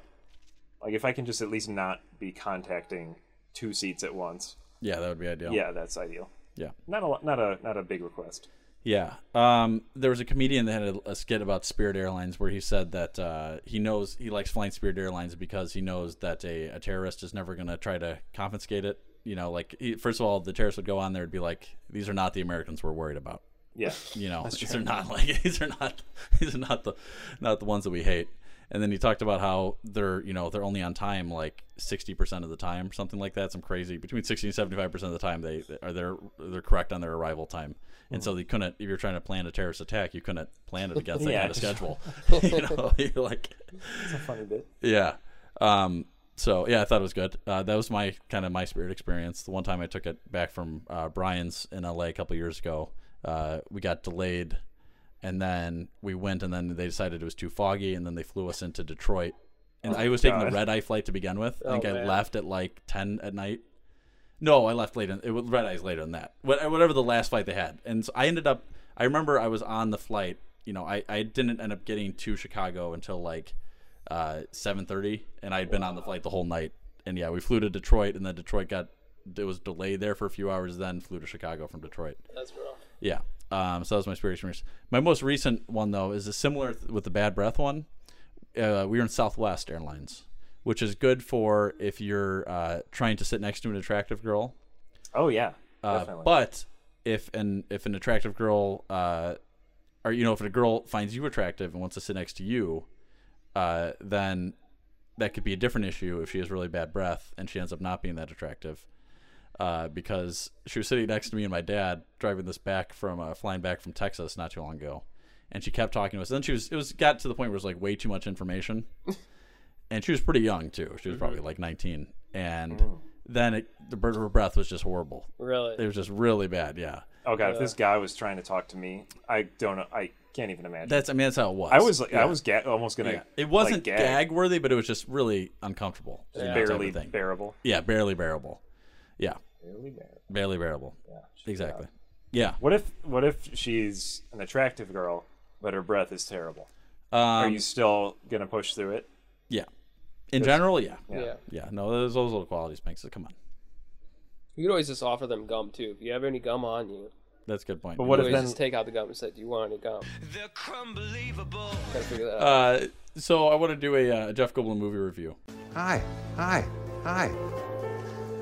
Speaker 11: Like if I can just at least not be contacting two seats at once.
Speaker 10: Yeah, that would be ideal.
Speaker 11: Yeah, that's ideal.
Speaker 10: Yeah.
Speaker 11: Not a lot. Not a not a big request.
Speaker 10: Yeah. Um, there was a comedian that had a, a skit about Spirit Airlines where he said that uh, he knows he likes flying Spirit Airlines because he knows that a, a terrorist is never going to try to confiscate it. You know, like, he, first of all, the terrorists would go on there and be like, these are not the Americans we're worried about.
Speaker 11: Yeah,
Speaker 10: you know,
Speaker 11: That's
Speaker 10: these
Speaker 11: true.
Speaker 10: are not like these are not these are not the not the ones that we hate. And then he talked about how they're you know they're only on time like sixty percent of the time, something like that. Some crazy between sixty and seventy five percent of the time they are they're they're correct on their arrival time. And
Speaker 11: Mm-hmm.
Speaker 10: so they couldn't if you're trying to plan a terrorist attack, you couldn't plan it against that
Speaker 16: Yeah.
Speaker 10: kind of schedule. you know, you're like
Speaker 16: It's a funny bit.
Speaker 10: yeah. Um, so yeah, I thought it was good. Uh, that was my kind of my spirit experience. The one time I took it back from uh, Brian's in LA a couple years ago, uh, we got delayed, and then we went, and then they decided it was too foggy, and then they flew us into Detroit. And
Speaker 11: Oh,
Speaker 10: I was taking
Speaker 11: God.
Speaker 10: the red eye flight to begin with. I
Speaker 11: Oh,
Speaker 10: think I
Speaker 11: man.
Speaker 10: left at like ten at night. No, I left late. In, it was red eyes later than that. What- Whatever the last flight they had, and so I ended up. I remember I was on the flight. You know, I, I didn't end up getting to Chicago until like uh, seven thirty, and I had been on the flight the whole night. And yeah, we flew to Detroit, and then Detroit got it was delayed there for a few hours. Then flew to Chicago from Detroit.
Speaker 12: That's rough.
Speaker 10: Yeah. Um, so that was my spirit experience. My most recent one though is a similar th- with the bad breath one. Uh, we were in Southwest Airlines, which is good for if you're uh, trying to sit next to an attractive girl.
Speaker 11: Oh yeah,
Speaker 10: Uh,
Speaker 11: definitely.
Speaker 10: but if an if an attractive girl, uh, or you know, if a girl finds you attractive and wants to sit next to you, uh, then that could be a different issue if she has really bad breath and she ends up not being that attractive. Uh, because she was sitting next to me and my dad driving this back from uh, flying back from Texas not too long ago, and she kept talking to us. And then she was it was got to the point where it was like way too much information, and she was pretty young too. She was probably like nineteen, and then it, the bird her breath was just horrible.
Speaker 12: Really?
Speaker 10: it was just really bad. Yeah,
Speaker 11: Oh god, if
Speaker 16: uh,
Speaker 10: Yeah.
Speaker 11: this guy was trying to talk to me, I don't know. I can't even imagine.
Speaker 10: that's I mean that's how it was.
Speaker 11: I was like,
Speaker 10: Yeah.
Speaker 11: I was ga- almost gonna.
Speaker 10: Yeah. It wasn't
Speaker 11: like,
Speaker 10: gag. worthy, but it was just really uncomfortable.
Speaker 11: Just
Speaker 10: You know, type
Speaker 11: barely
Speaker 10: of thing.
Speaker 11: bearable.
Speaker 10: Yeah, barely bearable. Yeah,
Speaker 11: Barely bearable.
Speaker 10: barely bearable.
Speaker 11: Yeah,
Speaker 10: exactly. Yeah.
Speaker 11: What if what if she's an attractive girl, but her breath is terrible? Are
Speaker 10: Um,
Speaker 11: you still gonna push through it?
Speaker 10: Yeah. In
Speaker 11: Yes.
Speaker 10: general, yeah.
Speaker 11: Yeah.
Speaker 10: Yeah.
Speaker 11: Yeah.
Speaker 10: No, those, those little qualities makes it. Come on.
Speaker 12: You could always just offer them gum too. If you have any gum on you,
Speaker 10: That's a good point.
Speaker 12: but what if just take out the gum and say, "Do you want any gum?" They're unbelievable. Gotta figure that out.
Speaker 10: Uh, so I want to do a uh, Jeff Goldblum movie review.
Speaker 17: Hi, hi, hi.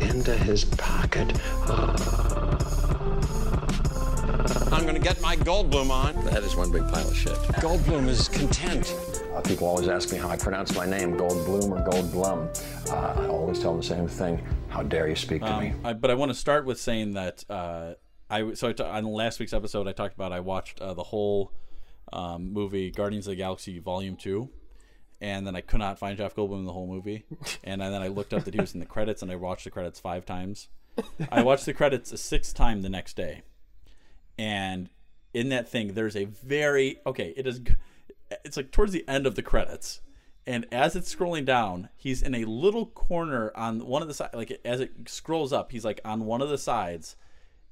Speaker 18: into his pocket. Uh, I'm gonna get my Goldblum on.
Speaker 17: That is one big pile of shit.
Speaker 18: Goldblum is content.
Speaker 17: Uh, people always ask me how I pronounce my name, Goldblum or Goldblum. Uh, I always tell them the same thing. How dare you speak
Speaker 18: Oh.
Speaker 17: to me?
Speaker 10: Um, I, but I want to start with saying that uh, I w- so I t- on last week's episode I talked about I watched uh, the whole um, movie Guardians of the Galaxy Volume Two, and then I could not find Jeff Goldblum in the whole movie, and then I looked up that he was in the credits, and I watched the credits five times. I watched the credits a sixth time the next day, and in that thing there's a very okay it is g- it's like towards the end of the credits and as it's scrolling down he's in a little corner on one of the side like as it scrolls up he's like on one of the sides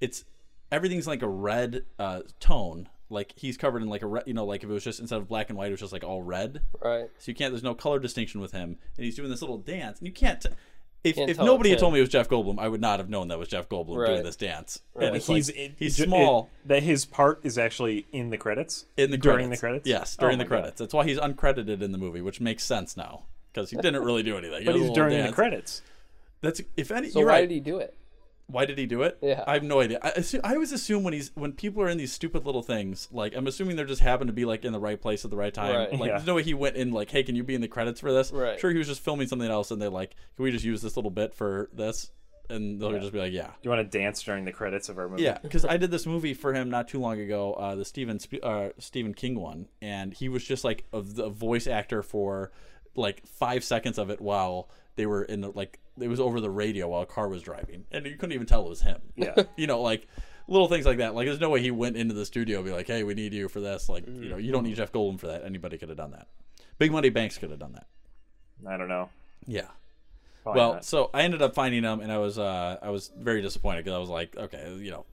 Speaker 10: it's everything's like a red uh tone like he's covered in like a red you know like if it was just instead of black and white it was just like all red
Speaker 12: right
Speaker 10: so you can't there's no color distinction with him and he's doing this little dance and you can't t- if,
Speaker 11: Can't
Speaker 10: if
Speaker 11: tell
Speaker 10: nobody had
Speaker 11: it's him.
Speaker 10: told me it was Jeff Goldblum, I would not have known that was Jeff Goldblum doing this dance. And
Speaker 11: And
Speaker 10: it's
Speaker 11: he's
Speaker 10: like,
Speaker 11: it-
Speaker 10: he's
Speaker 11: ju- it-
Speaker 10: small.
Speaker 11: that his part is actually in the credits.
Speaker 10: in the
Speaker 11: during
Speaker 10: credits.
Speaker 11: the credits.
Speaker 10: Yes,
Speaker 11: Oh
Speaker 10: during the
Speaker 11: my God.
Speaker 10: credits. That's why he's uncredited in the movie, which makes sense now because he didn't really do anything. He
Speaker 11: But he's
Speaker 10: was a little
Speaker 11: during the
Speaker 10: dance. That's if any.
Speaker 12: So
Speaker 10: you're
Speaker 12: why
Speaker 10: right.
Speaker 12: did he do it?
Speaker 10: Why did he do it?
Speaker 12: Yeah.
Speaker 10: I have no idea. I, assu- I always assume when he's when people are in these stupid little things, like I'm assuming they just happen to be like in the right place at the right time.
Speaker 11: Right.
Speaker 10: Like
Speaker 11: Yeah.
Speaker 10: there's no way he went in like, hey, can you be in the credits for this?
Speaker 11: Right.
Speaker 10: Sure, he was just filming something else, and they're like, can we just use this little bit for this? And they'll
Speaker 11: Yeah.
Speaker 10: just be like, yeah.
Speaker 11: Do you want to dance during the credits of our movie?
Speaker 10: Yeah, because I did this movie for him not too long ago, uh, the Stephen Sp- uh, Stephen King one, and he was just like a, the voice actor for like five seconds of it while they were in the, like it was over the radio while a car was driving, and you couldn't even tell it was him.
Speaker 11: Yeah.
Speaker 10: you know, like little things like that. Like there's no way he went into the studio and be like, "Hey, we need you for this." Like you know, you don't need Jeff Goldblum for that. Anybody could have done that. Big Money Banks could have done that.
Speaker 11: I don't know.
Speaker 10: Yeah.
Speaker 11: Probably
Speaker 10: well,
Speaker 11: not.
Speaker 10: so I ended up finding him, and I was uh, I was very disappointed because I was like, okay, you know,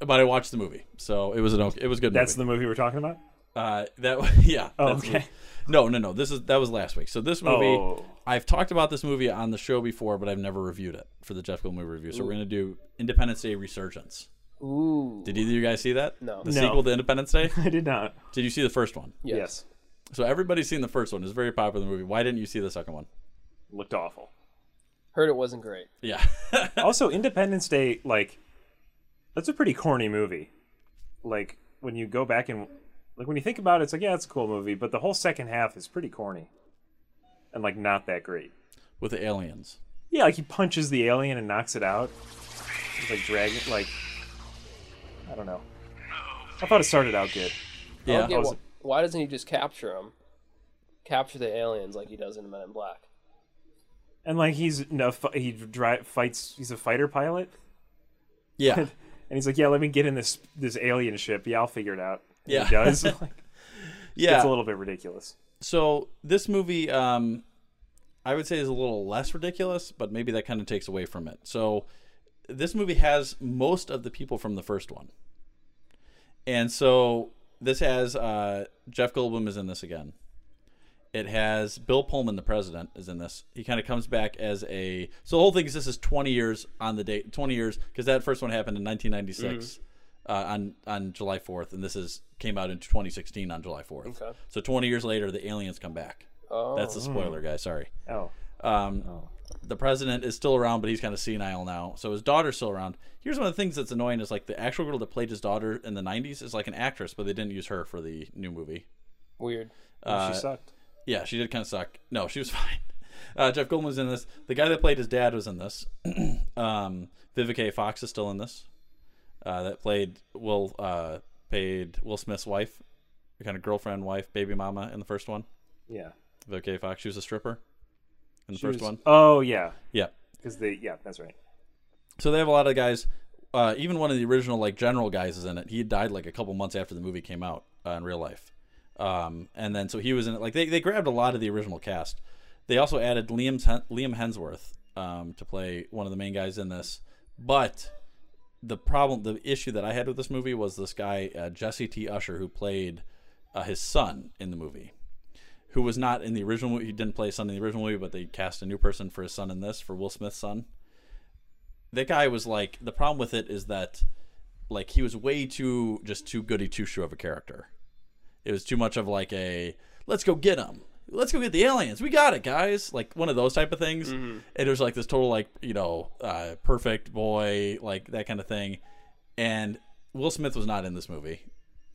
Speaker 10: but I watched the movie, so it was an okay, it was a good.
Speaker 11: That's
Speaker 10: movie.
Speaker 11: the movie we're talking about.
Speaker 10: Uh, that yeah.
Speaker 11: Oh,
Speaker 10: that's the
Speaker 11: okay.
Speaker 10: movie. No, no, no. This is that was last week. So this movie,
Speaker 11: Oh.
Speaker 10: I've talked about this movie on the show before, but I've never reviewed it for the Jeff Goldblum movie review. So
Speaker 12: Ooh.
Speaker 10: we're gonna do Independence Day Resurgence.
Speaker 12: Ooh.
Speaker 10: Did either of you guys see that?
Speaker 12: No.
Speaker 10: The
Speaker 11: No.
Speaker 10: sequel to Independence Day.
Speaker 11: I did not.
Speaker 10: Did you see the first one?
Speaker 12: Yes.
Speaker 10: So everybody's seen the first one. It's a very popular movie. Why didn't you see the second one?
Speaker 11: Looked awful.
Speaker 12: Heard it wasn't great.
Speaker 10: Yeah.
Speaker 11: also, Independence Day, like, that's a pretty corny movie. Like, when you go back and, like, when you think about it, it's like, yeah, it's a cool movie, but the whole second half is pretty corny. And, like, not that great.
Speaker 10: With the aliens.
Speaker 11: Yeah, like, he punches the alien and knocks it out. It's like, dragon, like, I don't know. I thought it started out good.
Speaker 12: Okay,
Speaker 11: I was-
Speaker 12: wh- why doesn't he just capture them? Capture the aliens like he does in Men in Black.
Speaker 11: and, like, he's, no, fi- he dri- fights, he's a fighter pilot.
Speaker 10: Yeah.
Speaker 11: and he's like, yeah, let me get in this this alien ship. Yeah, I'll figure it out. And
Speaker 10: Yeah.
Speaker 11: He does. Like,
Speaker 10: Yeah.
Speaker 11: It's a little bit ridiculous.
Speaker 10: So this movie, um, I would say, is a little less ridiculous, but maybe that kind of takes away from it. So this movie has most of the people from the first one, and so this has uh, Jeff Goldblum is in this again. It has Bill Pullman, the president, is in this. He kind of comes back as a. So the whole thing is this is 20 years on the date, 20 years because that first one happened in 1996
Speaker 11: Mm-hmm.
Speaker 10: uh, on on July 4th, and this is came out in 2016 on July 4th.
Speaker 11: Okay.
Speaker 10: So 20 years later, the aliens come back.
Speaker 11: Oh.
Speaker 10: That's the spoiler, guy. Sorry.
Speaker 11: Oh.
Speaker 10: Um, The president is still around, but he's kind of senile now. So his daughter's still around. Here's one of the things that's annoying is like the actual girl that played his daughter in the 90s is like an actress, but they didn't use her for the new movie.
Speaker 12: Weird.
Speaker 10: Uh, Yeah, she did kind of suck. No, she was fine. Uh, Jeff Goldblum was in this. The guy that played his dad was in this. um, Vivica A. Fox is still in this. Uh, that played Will uh, paid Will Smith's wife, kind of girlfriend, wife, baby mama in the first one.
Speaker 11: Yeah.
Speaker 10: Vivica A. Fox. She was a stripper in the
Speaker 11: She
Speaker 10: first
Speaker 11: was-
Speaker 10: one.
Speaker 11: Oh yeah.
Speaker 10: Yeah.
Speaker 11: Because they yeah that's right.
Speaker 10: So they have a lot of guys. Uh, even one of the original like general guys is in it. He had died like a couple months after the movie came out uh, in real life. Um, and then so he was in it. Like they, they grabbed a lot of the original cast. They also added Liam Hen- Liam Hemsworth um, to play one of the main guys in this. But the problem, the issue that I had with this movie was this guy uh, Jesse T. Usher who played uh, his son in the movie who was not in the original movie. He didn't play his son in the original movie, but they cast a new person for his son in this, for Will Smith's son. That guy was like the problem with it is that like he was way too just too goody two shoe of a character. It was too much of like a let's go get him. Let's go get the aliens. We got it, guys. Like one of those type of things. And it was like this total like, you know, uh, perfect boy, like that kind of thing. And Will Smith was not in this movie.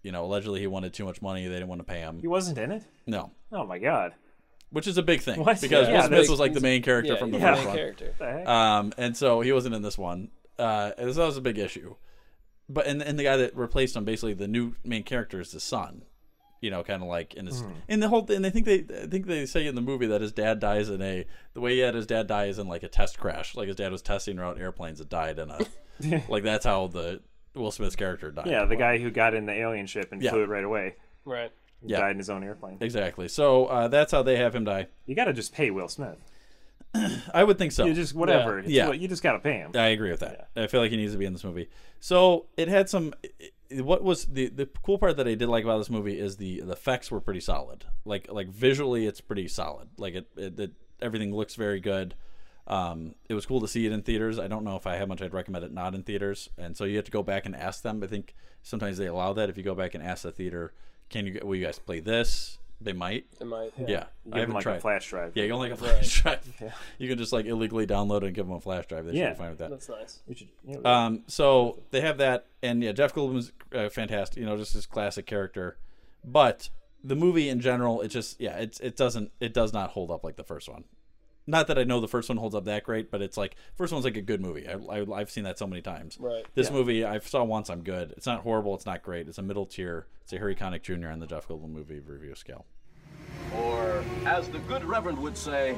Speaker 10: You know, allegedly he wanted too much money. They didn't want to pay him.
Speaker 11: He wasn't in it.
Speaker 10: No
Speaker 11: Oh my god.
Speaker 10: which is a big thing
Speaker 11: What?
Speaker 10: because
Speaker 11: Yeah,
Speaker 10: Will
Speaker 11: that's-
Speaker 10: Smith was like the main character
Speaker 11: yeah,
Speaker 10: from the
Speaker 11: he's the
Speaker 10: first
Speaker 11: main
Speaker 10: one.
Speaker 11: character. The heck?
Speaker 10: Um, and so he wasn't in this one. Uh, and so that was a big issue. But and and the guy that replaced him, basically the new main character is his son. You know, kind of like in his
Speaker 11: Hmm.
Speaker 10: in the whole and they think they I think they say in the movie that his dad dies in a the way he had his dad die is in like a test crash. Like his dad was testing around airplanes that died in a like that's how the Will Smith's character died.
Speaker 11: Yeah, the guy who got in the alien ship and
Speaker 10: Yeah.
Speaker 11: flew it right away.
Speaker 12: Right.
Speaker 11: Yeah. Died in his own airplane.
Speaker 10: Exactly. So uh, that's how they have him die.
Speaker 11: You got to just pay Will Smith.
Speaker 10: I would think so.
Speaker 11: You just- whatever. It's
Speaker 10: Yeah.
Speaker 11: what- you just gotta pay him.
Speaker 10: I agree with that. I feel like he needs to be in this movie. So it had some. i- i- What was the the cool part that I did like about this movie is the the effects were pretty solid. Like like visually, it's pretty solid. Like it, it, it everything looks very good. Um, it was cool to see it in theaters. I don't know if I how much I'd recommend it not in theaters. And so you have to go back and ask them. I think sometimes they allow that if you go back and ask the theater, can you will you guys play this? They might.
Speaker 12: They might, yeah.
Speaker 10: Yeah.
Speaker 11: Give
Speaker 10: I haven't
Speaker 11: them, like, a
Speaker 10: tried.
Speaker 11: flash drive.
Speaker 10: Yeah, you don't like a
Speaker 11: Right.
Speaker 10: flash drive.
Speaker 11: Yeah.
Speaker 10: You can just like illegally download it and give them a flash drive. They should
Speaker 11: yeah.
Speaker 10: be fine with that.
Speaker 12: That's nice.
Speaker 11: We should, yeah, we-
Speaker 10: Um, so they have that, and yeah, Jeff Goldblum's uh, fantastic. You know, just his classic character. But the movie in general, it just yeah, it's it doesn't it does not hold up like the first one. Not that I know the first one holds up that great, but it's like first one's like a good movie. I, I, I've seen that so many times.
Speaker 12: Right.
Speaker 10: This
Speaker 12: Yeah.
Speaker 10: movie I saw once. I'm good. It's not horrible. It's not great. It's a middle tier. It's a Harry Connick Jr. on the Jeff Goldblum movie review scale.
Speaker 16: Or, as the good Reverend would say,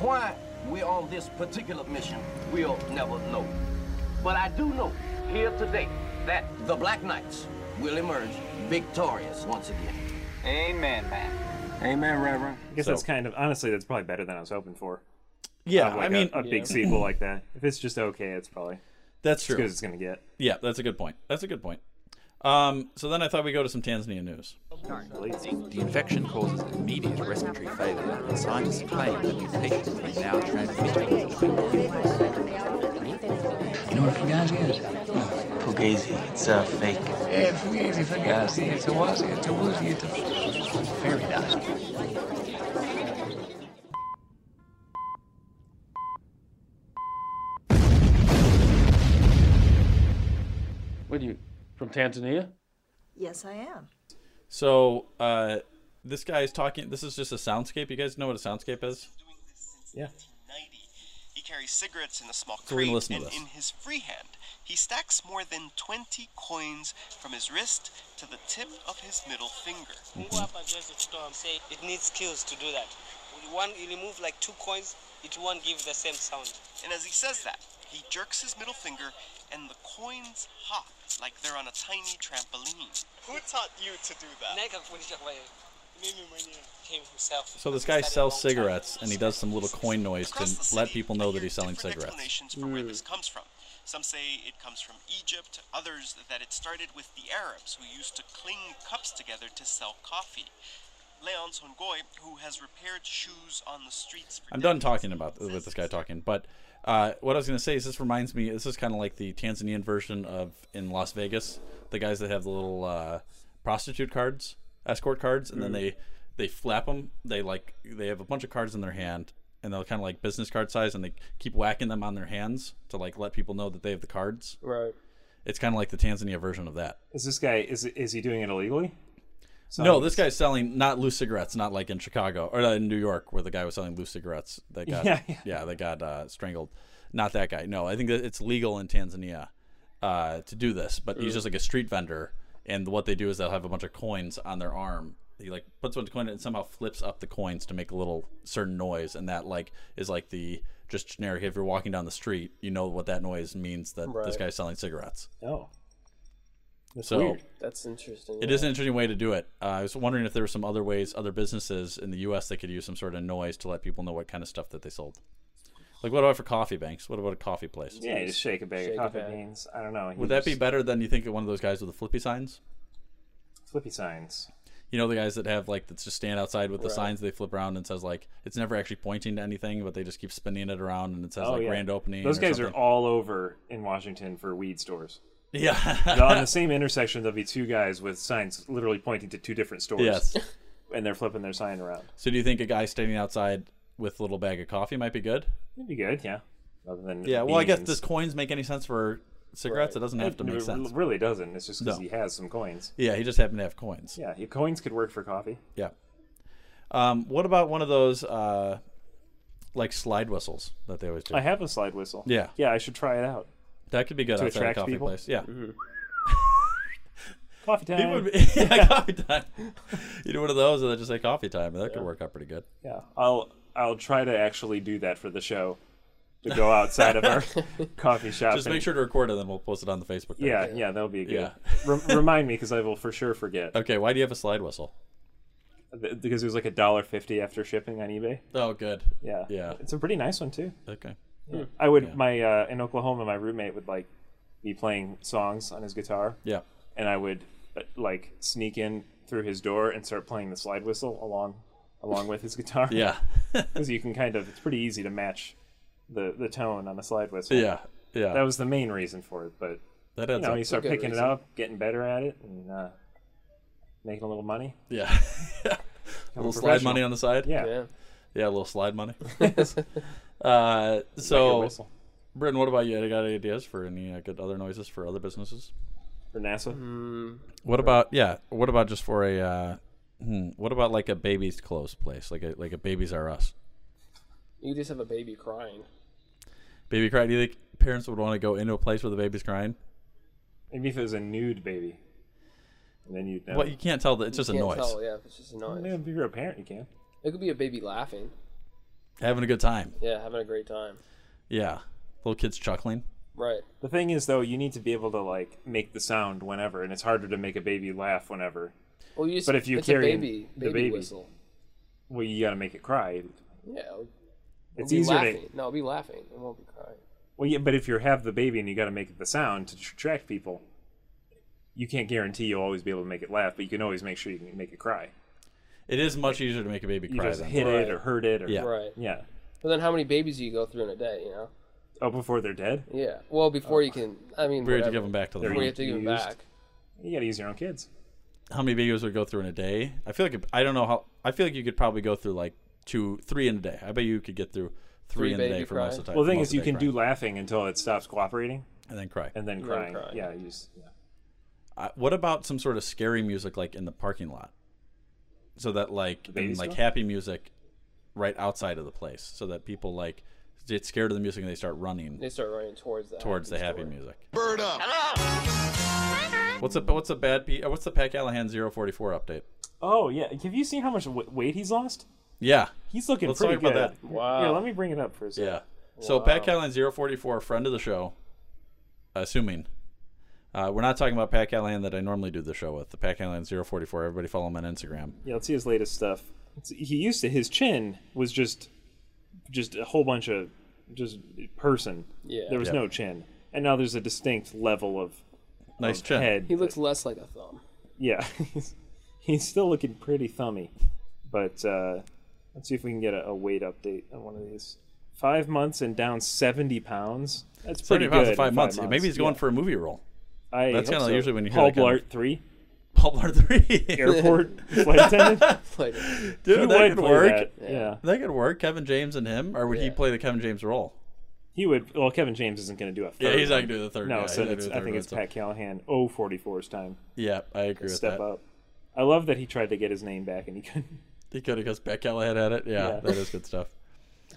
Speaker 16: why we're on this particular mission, we'll never know. But I do know here today that the Black Knights will emerge victorious once again. Amen, man. Amen, Reverend.
Speaker 11: I guess that's kind of honestly that's probably better than I was hoping for.
Speaker 10: Yeah,
Speaker 11: Of, like,
Speaker 10: I mean-
Speaker 11: a, a big
Speaker 10: Yeah.
Speaker 11: sequel like that. If it's just okay, it's probably
Speaker 10: That's
Speaker 11: As
Speaker 10: true.
Speaker 11: good as it's gonna get.
Speaker 10: Yeah, that's a good point. That's a good point. Um, so then I thought we go to some Tanzania news.
Speaker 19: The infection causes immediate respiratory failure, and scientists claim that these patients may now transmit.
Speaker 20: You know what fugazi is?
Speaker 21: Fugazi, it's a fake.
Speaker 20: Yeah, fugazi, fugazi, it's a wazi, it's a woozy, it's a fairy dust.
Speaker 22: What are you from Tanzania?
Speaker 23: Yes, I am.
Speaker 10: So uh, this guy is talking. This is just a soundscape. You guys know what a soundscape is?
Speaker 22: Yeah.
Speaker 24: He carries cigarettes in a small
Speaker 10: So we're
Speaker 24: crate,
Speaker 10: gonna listen
Speaker 24: and
Speaker 10: to this.
Speaker 24: in his free hand, he stacks more than 20 coins from his wrist to the tip of his middle finger.
Speaker 25: Mungu hapa hatuwezi kutoa msee. It needs skills to do that. One, you remove like two coins, it won't give the same sound.
Speaker 24: And as he says that, he jerks his middle finger, and the coins hop like they're on a tiny trampoline. Who taught you to do that?
Speaker 25: Naye kakufundisha kwa yeye. Mimi mwenyewe. Him himself.
Speaker 10: So this guy sells cigarettes, and he does some little coin noise to let people know that he's selling cigarettes.
Speaker 24: explanations for where this comes from. Some say it comes from Egypt, others that it started with the Arabs who used to cling cups together to sell coffee. Leon Songoy, who has repaired shoes on the streets for
Speaker 10: I'm done talking about with this guy talking. But uh, what I was going to say is this reminds me. This is kind of like the Tanzanian version of in Las Vegas, the guys that have the little uh, prostitute cards, escort cards, and then
Speaker 26: Mm.
Speaker 10: they they flap them. They like they have a bunch of cards in their hand, and they're kind of like business card size, and they keep whacking them on their hands to like let people know that they have the cards.
Speaker 12: Right.
Speaker 10: It's kind of like the Tanzania version of that.
Speaker 11: Is this guy is is he doing it illegally?
Speaker 10: no, this guy's selling not loose cigarettes, not like in Chicago or uh, in New York where the guy was selling loose cigarettes that got
Speaker 11: Yeah,
Speaker 10: yeah, that got uh, strangled. Not that guy. No, I think that it's legal in Tanzania uh, to do this, but he's
Speaker 11: Mm.
Speaker 10: just like a street vendor, and what they do is they'll have a bunch of coins on their arm. He like puts one coin in and somehow flips up the coins to make a little certain noise, and that like is like the just generic. If you're walking down the street, you know what that noise means that this
Speaker 12: Right.
Speaker 10: guy's selling cigarettes.
Speaker 11: Oh.
Speaker 10: so
Speaker 12: That's interesting.
Speaker 10: it
Speaker 12: yeah.
Speaker 10: is an interesting way to do it. Uh, I was wondering if there were some other ways, other businesses in the U.S. that could use some sort of noise to let people know what kind of stuff that they sold. Like, what about for coffee banks? What about a coffee place?
Speaker 11: Yeah, just shake a bag
Speaker 12: Shake a
Speaker 11: of coffee
Speaker 12: bag.
Speaker 11: beans. I don't know. he
Speaker 10: Would that be
Speaker 11: just-
Speaker 10: better than you think of one of those guys with the flippy signs?
Speaker 11: flippy signs?
Speaker 10: You know, the guys that have like that just stand outside with the
Speaker 11: Right.
Speaker 10: signs they flip around and says like it's never actually pointing to anything, but they just keep spinning it around and it says
Speaker 11: Oh,
Speaker 10: like
Speaker 11: yeah.
Speaker 10: grand opening.
Speaker 11: Those
Speaker 10: or
Speaker 11: guys
Speaker 10: something.
Speaker 11: are all over in Washington for weed stores.
Speaker 10: Yeah.
Speaker 11: on the same intersection, there'll be two guys with signs literally pointing to two different stores.
Speaker 10: Yes.
Speaker 11: And they're flipping their sign around.
Speaker 10: So do you think a guy standing outside with a little bag of coffee might be good?
Speaker 11: It'd be good, yeah. Other than
Speaker 10: Yeah, well, I guess
Speaker 11: beans.
Speaker 10: does coins make any sense for cigarettes? It doesn't have to
Speaker 11: It
Speaker 10: make
Speaker 11: re-
Speaker 10: sense.
Speaker 11: really doesn't. It's just because
Speaker 10: No.
Speaker 11: he has some coins.
Speaker 10: Yeah, he just happened to have coins.
Speaker 11: Yeah, he- coins could work for coffee.
Speaker 10: Yeah. Um, what about one of those uh, like slide whistles that they always do?
Speaker 11: I have a slide whistle.
Speaker 10: Yeah.
Speaker 11: Yeah, I should try it out.
Speaker 10: That could be good
Speaker 11: To
Speaker 10: outside a
Speaker 11: attract
Speaker 10: coffee
Speaker 11: people? Mm-hmm.
Speaker 10: place. Yeah.
Speaker 11: Coffee time.
Speaker 10: It would be- yeah, coffee time. You do one of those, and then just say coffee time. That could work out pretty good.
Speaker 11: Yeah, I'll I'll try to actually do that for the show, to go outside of our coffee shop.
Speaker 10: Just make
Speaker 11: and-
Speaker 10: sure to record it, and then we'll post it on the Facebook. Page.
Speaker 11: Yeah, yeah, that'll be good.
Speaker 10: Yeah.
Speaker 11: Rem- remind me because I will for sure forget.
Speaker 10: Okay, why do you have a slide whistle?
Speaker 11: Th- Because it was like a dollar fifty after shipping on eBay.
Speaker 10: Oh, good.
Speaker 11: Yeah,
Speaker 10: Yeah.
Speaker 11: It's a pretty nice one too.
Speaker 10: Okay.
Speaker 11: Yeah. I would my uh, in Oklahoma, my roommate would like be playing songs on his guitar.
Speaker 10: Yeah.
Speaker 11: and I would uh, like sneak in through his door and start playing the slide whistle along along with his guitar.
Speaker 10: Yeah.
Speaker 11: because you can kind of it's pretty easy to match the the tone on the slide whistle.
Speaker 10: Yeah, yeah.
Speaker 11: That was the main reason for it, but
Speaker 10: That
Speaker 11: you
Speaker 10: adds
Speaker 11: know
Speaker 10: up.
Speaker 11: you start
Speaker 10: It's a good
Speaker 11: picking
Speaker 10: reason.
Speaker 11: it up, getting better at it, and uh, making a little money.
Speaker 10: Yeah. a
Speaker 11: a
Speaker 10: little slide money
Speaker 11: professional.
Speaker 10: on the side.
Speaker 11: Yeah.
Speaker 10: Yeah, a little slide money. uh, so,
Speaker 11: whistle.
Speaker 10: Britton, what about you? You got any ideas for any uh, good other noises for other businesses?
Speaker 11: For NASA.
Speaker 10: Mm. What about yeah? What about just for a? Uh, hmm, what about like a baby's clothes place, like a like a Babies R Us?
Speaker 12: You just have a baby crying.
Speaker 10: Baby cry. Do you think parents would want to go into a place where the baby's crying?
Speaker 11: Maybe if it was a nude baby, and then you'd know.
Speaker 10: Well, you can't tell that it's just a
Speaker 12: Can't
Speaker 10: noise.
Speaker 12: tell, yeah, it's just a noise.
Speaker 11: Yeah, if you're a parent, you can.
Speaker 12: It could be a baby laughing.
Speaker 10: Having a good time.
Speaker 12: Yeah, having a great time.
Speaker 10: Yeah, little kids chuckling.
Speaker 12: Right.
Speaker 11: The thing is, though, you need to be able to like make the sound whenever, and it's harder to make a baby laugh whenever.
Speaker 12: Well, you just-
Speaker 11: but if you
Speaker 12: it's a
Speaker 11: carry
Speaker 12: baby-
Speaker 11: the
Speaker 12: baby
Speaker 11: baby
Speaker 12: whistle.
Speaker 11: well, you got to make it cry.
Speaker 12: Yeah. It'll
Speaker 11: It's
Speaker 12: be
Speaker 11: easier to-
Speaker 12: laughing. No, it'll be laughing. It won't be crying.
Speaker 11: Well, yeah, but if you have the baby and you got to make the sound to tr- attract people, you can't guarantee you'll always be able to make it laugh, but you can always make sure you can make it cry.
Speaker 10: It is much easier to make a baby
Speaker 11: You
Speaker 10: cry
Speaker 11: just
Speaker 10: than
Speaker 11: hit it or hurt it or
Speaker 10: yeah.
Speaker 12: Right.
Speaker 11: Yeah.
Speaker 12: But then how many babies do you go through in a day, you know?
Speaker 11: Oh, before they're dead.
Speaker 12: Yeah. Well, before
Speaker 11: Uh,
Speaker 12: you can, I mean,
Speaker 10: We have to
Speaker 12: whatever.
Speaker 10: give 'em back to the
Speaker 12: We
Speaker 10: mom.
Speaker 12: have to give them
Speaker 10: Used.
Speaker 12: back.
Speaker 11: You gotta use your own kids.
Speaker 10: How many babies would go through in a day? I feel like it- I don't know how. I feel like you could probably go through like two, three in a day. I bet you could get through three, in a day for most of the time.
Speaker 11: Well, the thing
Speaker 10: most
Speaker 11: is,
Speaker 10: of
Speaker 11: you
Speaker 10: day
Speaker 11: can
Speaker 10: crying.
Speaker 11: do laughing until it stops cooperating,
Speaker 10: and then cry,
Speaker 11: and then
Speaker 10: And then
Speaker 11: crying.
Speaker 10: cry.
Speaker 11: Yeah, you just, yeah.
Speaker 10: Uh, what about some sort of scary music like in the parking lot? So that like
Speaker 11: baby
Speaker 10: and, like
Speaker 11: stuff?
Speaker 10: happy music right outside of the place so that people like get scared of the music and they start running
Speaker 12: They start running towards that.
Speaker 10: towards the happy music.
Speaker 12: Bird up.
Speaker 10: What's a what's a bad P, uh, what's the Pat Callahan 044 update?
Speaker 11: Oh yeah, have you seen how much w- weight he's lost?
Speaker 10: Yeah.
Speaker 11: He's looking
Speaker 10: Let's
Speaker 11: pretty
Speaker 10: talk about
Speaker 11: good.
Speaker 10: that.
Speaker 11: Wow. Yeah, let me bring it up for a second.
Speaker 10: Yeah. So Pat Callahan 044 friend of the show assuming uh, we're not talking about Pat Callahan that I normally do the show with. The Pat Callahan 044 everybody follow him on Instagram.
Speaker 11: Yeah, let's see his latest stuff. It's, he used to his chin was just, just a whole bunch of, just person.
Speaker 12: Yeah.
Speaker 11: There was
Speaker 12: Yeah.
Speaker 11: no chin, and now there's a distinct level of,
Speaker 10: Nice
Speaker 11: of
Speaker 10: chin.
Speaker 11: head.
Speaker 12: He looks less like a thumb.
Speaker 11: Yeah, he's, he's still looking pretty thummy, but uh, let's see if we can get a, a weight update on one of these. Five months and down seventy pounds. That's pretty
Speaker 10: 70 pounds
Speaker 11: good.
Speaker 10: in
Speaker 11: in
Speaker 10: five months. Maybe he's going for a movie role.
Speaker 11: I
Speaker 10: That's
Speaker 11: hope
Speaker 10: kind of
Speaker 11: so.
Speaker 10: usually when you hear
Speaker 11: Paul
Speaker 10: that kind
Speaker 11: Blart
Speaker 10: of-
Speaker 11: three.
Speaker 10: Paul Blart three
Speaker 11: Airport flight attendant?
Speaker 12: Flight
Speaker 11: attendant.
Speaker 10: Dude,
Speaker 11: He
Speaker 10: that
Speaker 11: would
Speaker 10: could
Speaker 11: play
Speaker 10: work.
Speaker 11: that, yeah.
Speaker 10: that could work. Kevin James and him, or would he play the Kevin James role?
Speaker 11: He would. Well, Kevin James isn't going to do a. Third
Speaker 10: Yeah, he's not
Speaker 11: one.
Speaker 10: gonna do the third,
Speaker 11: No,
Speaker 10: yeah, he's
Speaker 11: so
Speaker 10: not
Speaker 11: it's,
Speaker 10: gonna do the
Speaker 11: I
Speaker 10: third
Speaker 11: think
Speaker 10: one,
Speaker 11: it's
Speaker 10: so-
Speaker 11: Pat Callahan. 044's time.
Speaker 10: Yeah, I agree with
Speaker 11: Step
Speaker 10: that.
Speaker 11: up. I love that he tried to get his name back and he couldn't.
Speaker 10: He could have got Beck Callahan at it. Yeah,
Speaker 11: Yeah.
Speaker 10: that is good stuff.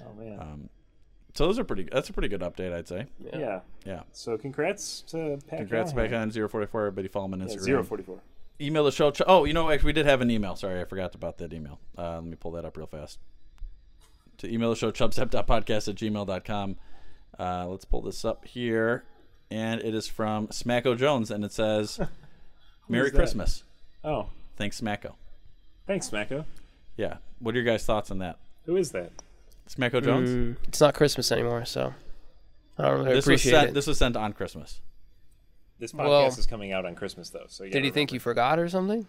Speaker 11: Oh man.
Speaker 10: Um, so those are pretty. That's a pretty good update, I'd say.
Speaker 11: Yeah. Yeah.
Speaker 10: Yeah.
Speaker 11: So congrats to Pat.
Speaker 10: Congrats
Speaker 11: Callahan.
Speaker 10: back on 044. Everybody follow him on
Speaker 11: Yeah,
Speaker 10: Instagram.
Speaker 11: 044.
Speaker 10: Email the show. Ch- oh, you know, actually, we did have an email. Sorry, I forgot about that email. Uh, let me pull that up real fast. To email the show, chubstep.podcast at gmail.com. Uh, let's pull this up here. And it is from Smacko Jones, and it says, Merry
Speaker 11: is that?
Speaker 10: Christmas.
Speaker 11: Oh,
Speaker 10: Thanks, Smacko.
Speaker 11: thanks, Smacko.
Speaker 10: Yeah. What are your guys' thoughts on that?
Speaker 11: Who is that?
Speaker 10: Smacko Jones?
Speaker 12: Mm, it's not Christmas anymore, so I don't really
Speaker 10: this was
Speaker 12: appreciate
Speaker 10: sent,
Speaker 12: it.
Speaker 10: This was sent on Christmas.
Speaker 11: This podcast
Speaker 12: Well-
Speaker 11: is coming out on Christmas though, so you
Speaker 12: Did he think you forgot or something?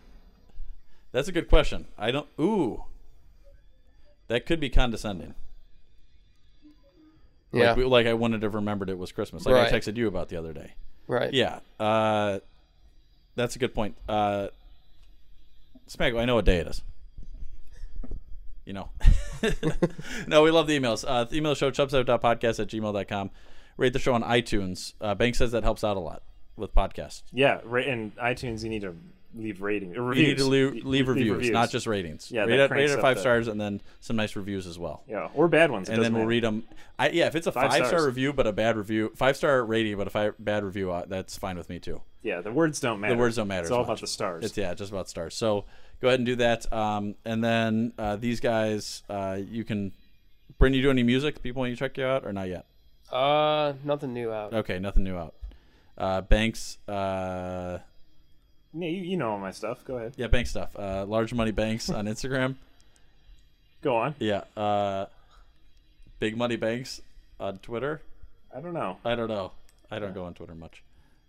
Speaker 10: That's a good question. I don't. Ooh, that could be condescending.
Speaker 12: Yeah.
Speaker 10: Like, we, like I wanted to have remembered it was Christmas. Like
Speaker 12: Right.
Speaker 10: I texted you about the other day.
Speaker 12: Right.
Speaker 10: Yeah. Uh, that's a good point. Uh, Smaggo, I know what day it is. You know. no, we love the emails. Uh, the email show, chubsep.podcast at gmail.com. Rate the show on iTunes. Uh, Bank says that helps out a lot with podcasts.
Speaker 11: Yeah, ra- and iTunes, you need to leave ratings. Or
Speaker 10: You need
Speaker 11: reviews.
Speaker 10: to leave, leave, reviews,
Speaker 11: reviews.
Speaker 10: not just ratings. rate
Speaker 11: Yeah, that
Speaker 10: it, rate
Speaker 11: cranks
Speaker 10: it
Speaker 11: up
Speaker 10: five
Speaker 11: the-
Speaker 10: stars and then some nice reviews as well.
Speaker 11: Yeah, or bad ones. It
Speaker 10: And then
Speaker 11: doesn't
Speaker 10: we'll
Speaker 11: matter.
Speaker 10: read them. I, yeah, if it's a
Speaker 11: Five
Speaker 10: five, star
Speaker 11: stars.
Speaker 10: review but a bad review, five star rating but a fi- bad review, uh, that's fine with me too.
Speaker 11: Yeah, the words don't matter.
Speaker 10: The words don't matter.
Speaker 11: It's
Speaker 10: as
Speaker 11: all
Speaker 10: much.
Speaker 11: about the stars.
Speaker 10: It's yeah, just about stars. So go ahead and do that. Um, and then uh, these guys, uh, you can. Bryn, you do any music? People want you to check you out or not yet?
Speaker 12: Uh, nothing new out.
Speaker 10: Okay, nothing new out. Uh, Banks. Uh,
Speaker 11: yeah, you, you know all my stuff. Go ahead.
Speaker 10: Yeah, bank stuff. Uh, large money banks on Instagram.
Speaker 11: Go on.
Speaker 10: Yeah. Uh, big money banks on Twitter.
Speaker 11: I don't know.
Speaker 10: I don't know. I don't go on Twitter much.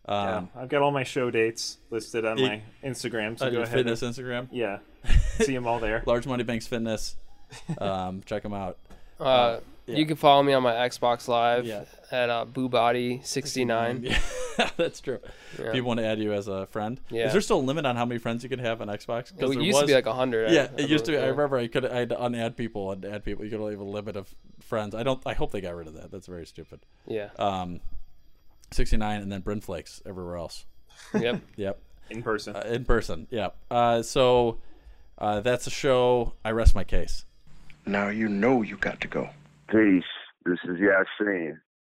Speaker 11: Yeah,
Speaker 10: Um,
Speaker 11: I've got all my show dates listed on
Speaker 10: You-
Speaker 11: my Instagram. So
Speaker 10: on
Speaker 11: go
Speaker 10: your
Speaker 11: ahead.
Speaker 10: fitness
Speaker 11: and-
Speaker 10: Instagram?
Speaker 11: Yeah, see them all there.
Speaker 10: Large money banks fitness. Um, check them out.
Speaker 12: Uh, You can follow me on my Xbox Live
Speaker 10: Oh, Yeah.
Speaker 12: at uh, boobody69.
Speaker 10: Yeah, that's true.
Speaker 12: Yeah.
Speaker 10: People want to add you as a friend.
Speaker 12: Yeah.
Speaker 10: Is there still a limit on how many friends you can have on Xbox?
Speaker 12: It
Speaker 10: there
Speaker 12: used to be like 100, I-
Speaker 10: Yeah,
Speaker 12: I
Speaker 10: it used to. Be, I
Speaker 12: remember, yeah.
Speaker 10: remember I could I had to unadd people and add people. You could only have a limit of friends. I don't. I hope they got rid of that. That's very stupid.
Speaker 12: Yeah.
Speaker 10: Um, sixty nine and then Bryn Flakes everywhere else.
Speaker 12: Yep.
Speaker 10: yep.
Speaker 11: In person.
Speaker 10: Uh, in person. Yeah. Uh, so uh, that's the show. I rest my case.
Speaker 2: Now you know you got to go.
Speaker 3: Peace. This is Yasin.